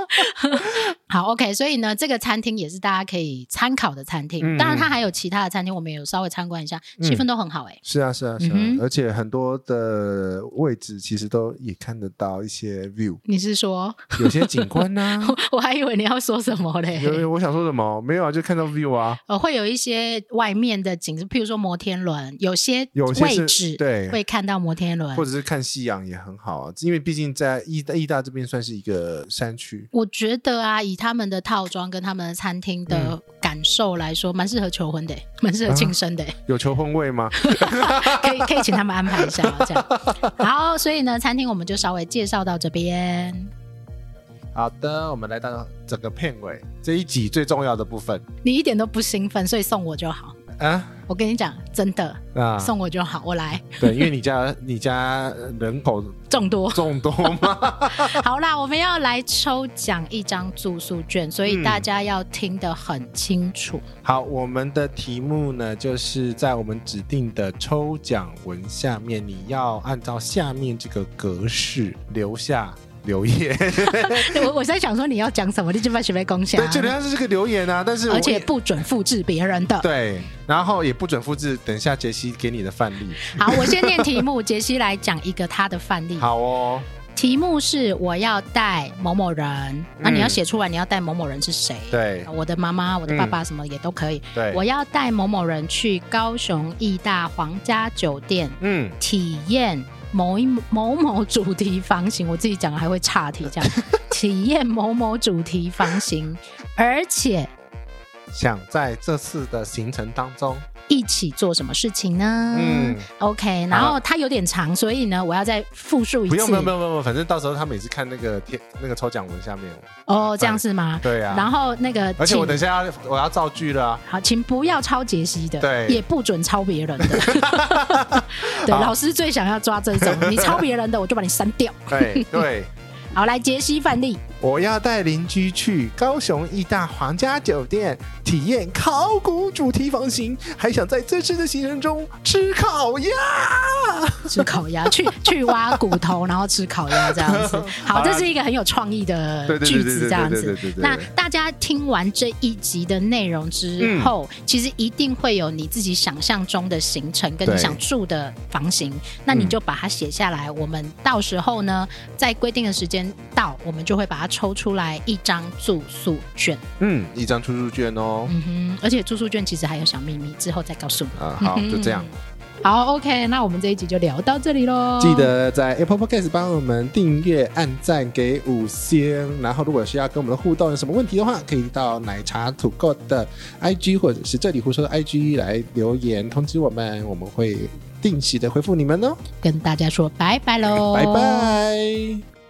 好，OK，所以呢，这个餐厅也是大家可以参考的餐厅。
嗯
当然，它还有其他的餐厅，我们也有稍微参观一下，气氛都很好哎、
是啊，是啊，是啊，
嗯哼
而且很多的位置其实都也看得到一些 view，
你是说， [LAUGHS]
有些景观呐、
我还以为你要说什么嘞？
有有我想说什么？没有啊，就看到 view 啊。
呃，会有一些外面的景，譬如说摩天轮，有些
有些是
位置
对
会看到摩天轮
或。者是看夕阳也很好啊，因为毕竟在意大意大这边算是一个山区，
我觉得啊，以他们的套装跟他们的餐厅的
嗯
感受来说，蛮适合求婚的，欸蛮
啊
适合庆生的，欸
有求婚位吗？ [LAUGHS]
可以可以请他们安排一下哦这样。好，所以呢，餐厅我们就稍微介绍到这边。
好的，我们来到整个片尾这一集最重要的部分
你一点都不兴奋，所以送我就好。
啊
我跟你讲，真的
啊！
送我就好，我来 [LAUGHS]
对，因为你家你家人口
众多。
众多嘛， [LAUGHS]
好啦，我们要来抽奖一张住宿券，所
嗯
以大家要听得很清楚。
好，我们的题目呢，就是在我们指定的抽奖文下面，你要按照下面这个格式留下留言。
对我我在想说你要讲什么，你就把学费攻下
对，，就留下这个留言啊，但是我
而且不准复制别人的。
对，然后也不准复制。等一下杰西给你的范例，
好，我先念题目，杰西来讲一个他的范例。
好哦，
题目是我要带某某人，那
嗯
你要写出来，你要带某某人是谁？
对
我的妈妈、我的爸爸什么也都可以。
对，
我要带某某人去高雄义大皇家酒店
嗯，
体验某一某某主题房型，我自己讲的还会岔题这样，
[LAUGHS]
体验某某主题房型，而且
想在这次的行程当中，
一起做什么事情呢？
嗯
嗯，OK，然后它有点长，所以呢，我要再复述一次。
不用不用不用不用，反正到时候他每次看那个贴那个抽奖文下面，
哦，这样是吗？
对啊呀、
然后那个，
而且我
请
等一下要我要造句了啊、
好，请不要抄杰西的，
对
也不准抄别人
[LAUGHS]
的。对，老师最想要抓这种，你抄别人的，我就把你删掉。
对 [LAUGHS] 对，
好，来杰西范例，
我要带邻居去高雄义大皇家酒店体验考古主题房型，还想在这次的行程中吃烤鸭。
吃烤鸭，
[LAUGHS]
去去挖骨头，然后吃烤鸭这样子。
好
好，
啦
这是一个很有创意的
对对对
句
对
子，
对
这样
对对
子
对对。对
那大家听完这一集的内容之后，
嗯
其实一定会有你自己想象中的行程跟你
对
想住的房型，那你就把它写下来。我们到时候呢，在规定的时间到，我们就会把它抽出来一张住宿券。
嗯，一张出入券哦。
嗯哼，而且住宿券其实还有小秘密，之后再告诉你。
啊，好，就这样。
好，OK，那我们这一集就聊到这里喽。
记得在 Apple Podcast 帮我们订阅、按赞、给五星。然后，如果需要跟我们的互动，有什么问题的话，可以到奶茶土购的 IG 或者是这里胡说的 IG 来留言通知我们，我们会定期的回复你们哦。
哦跟大家说拜拜喽，
拜。拜。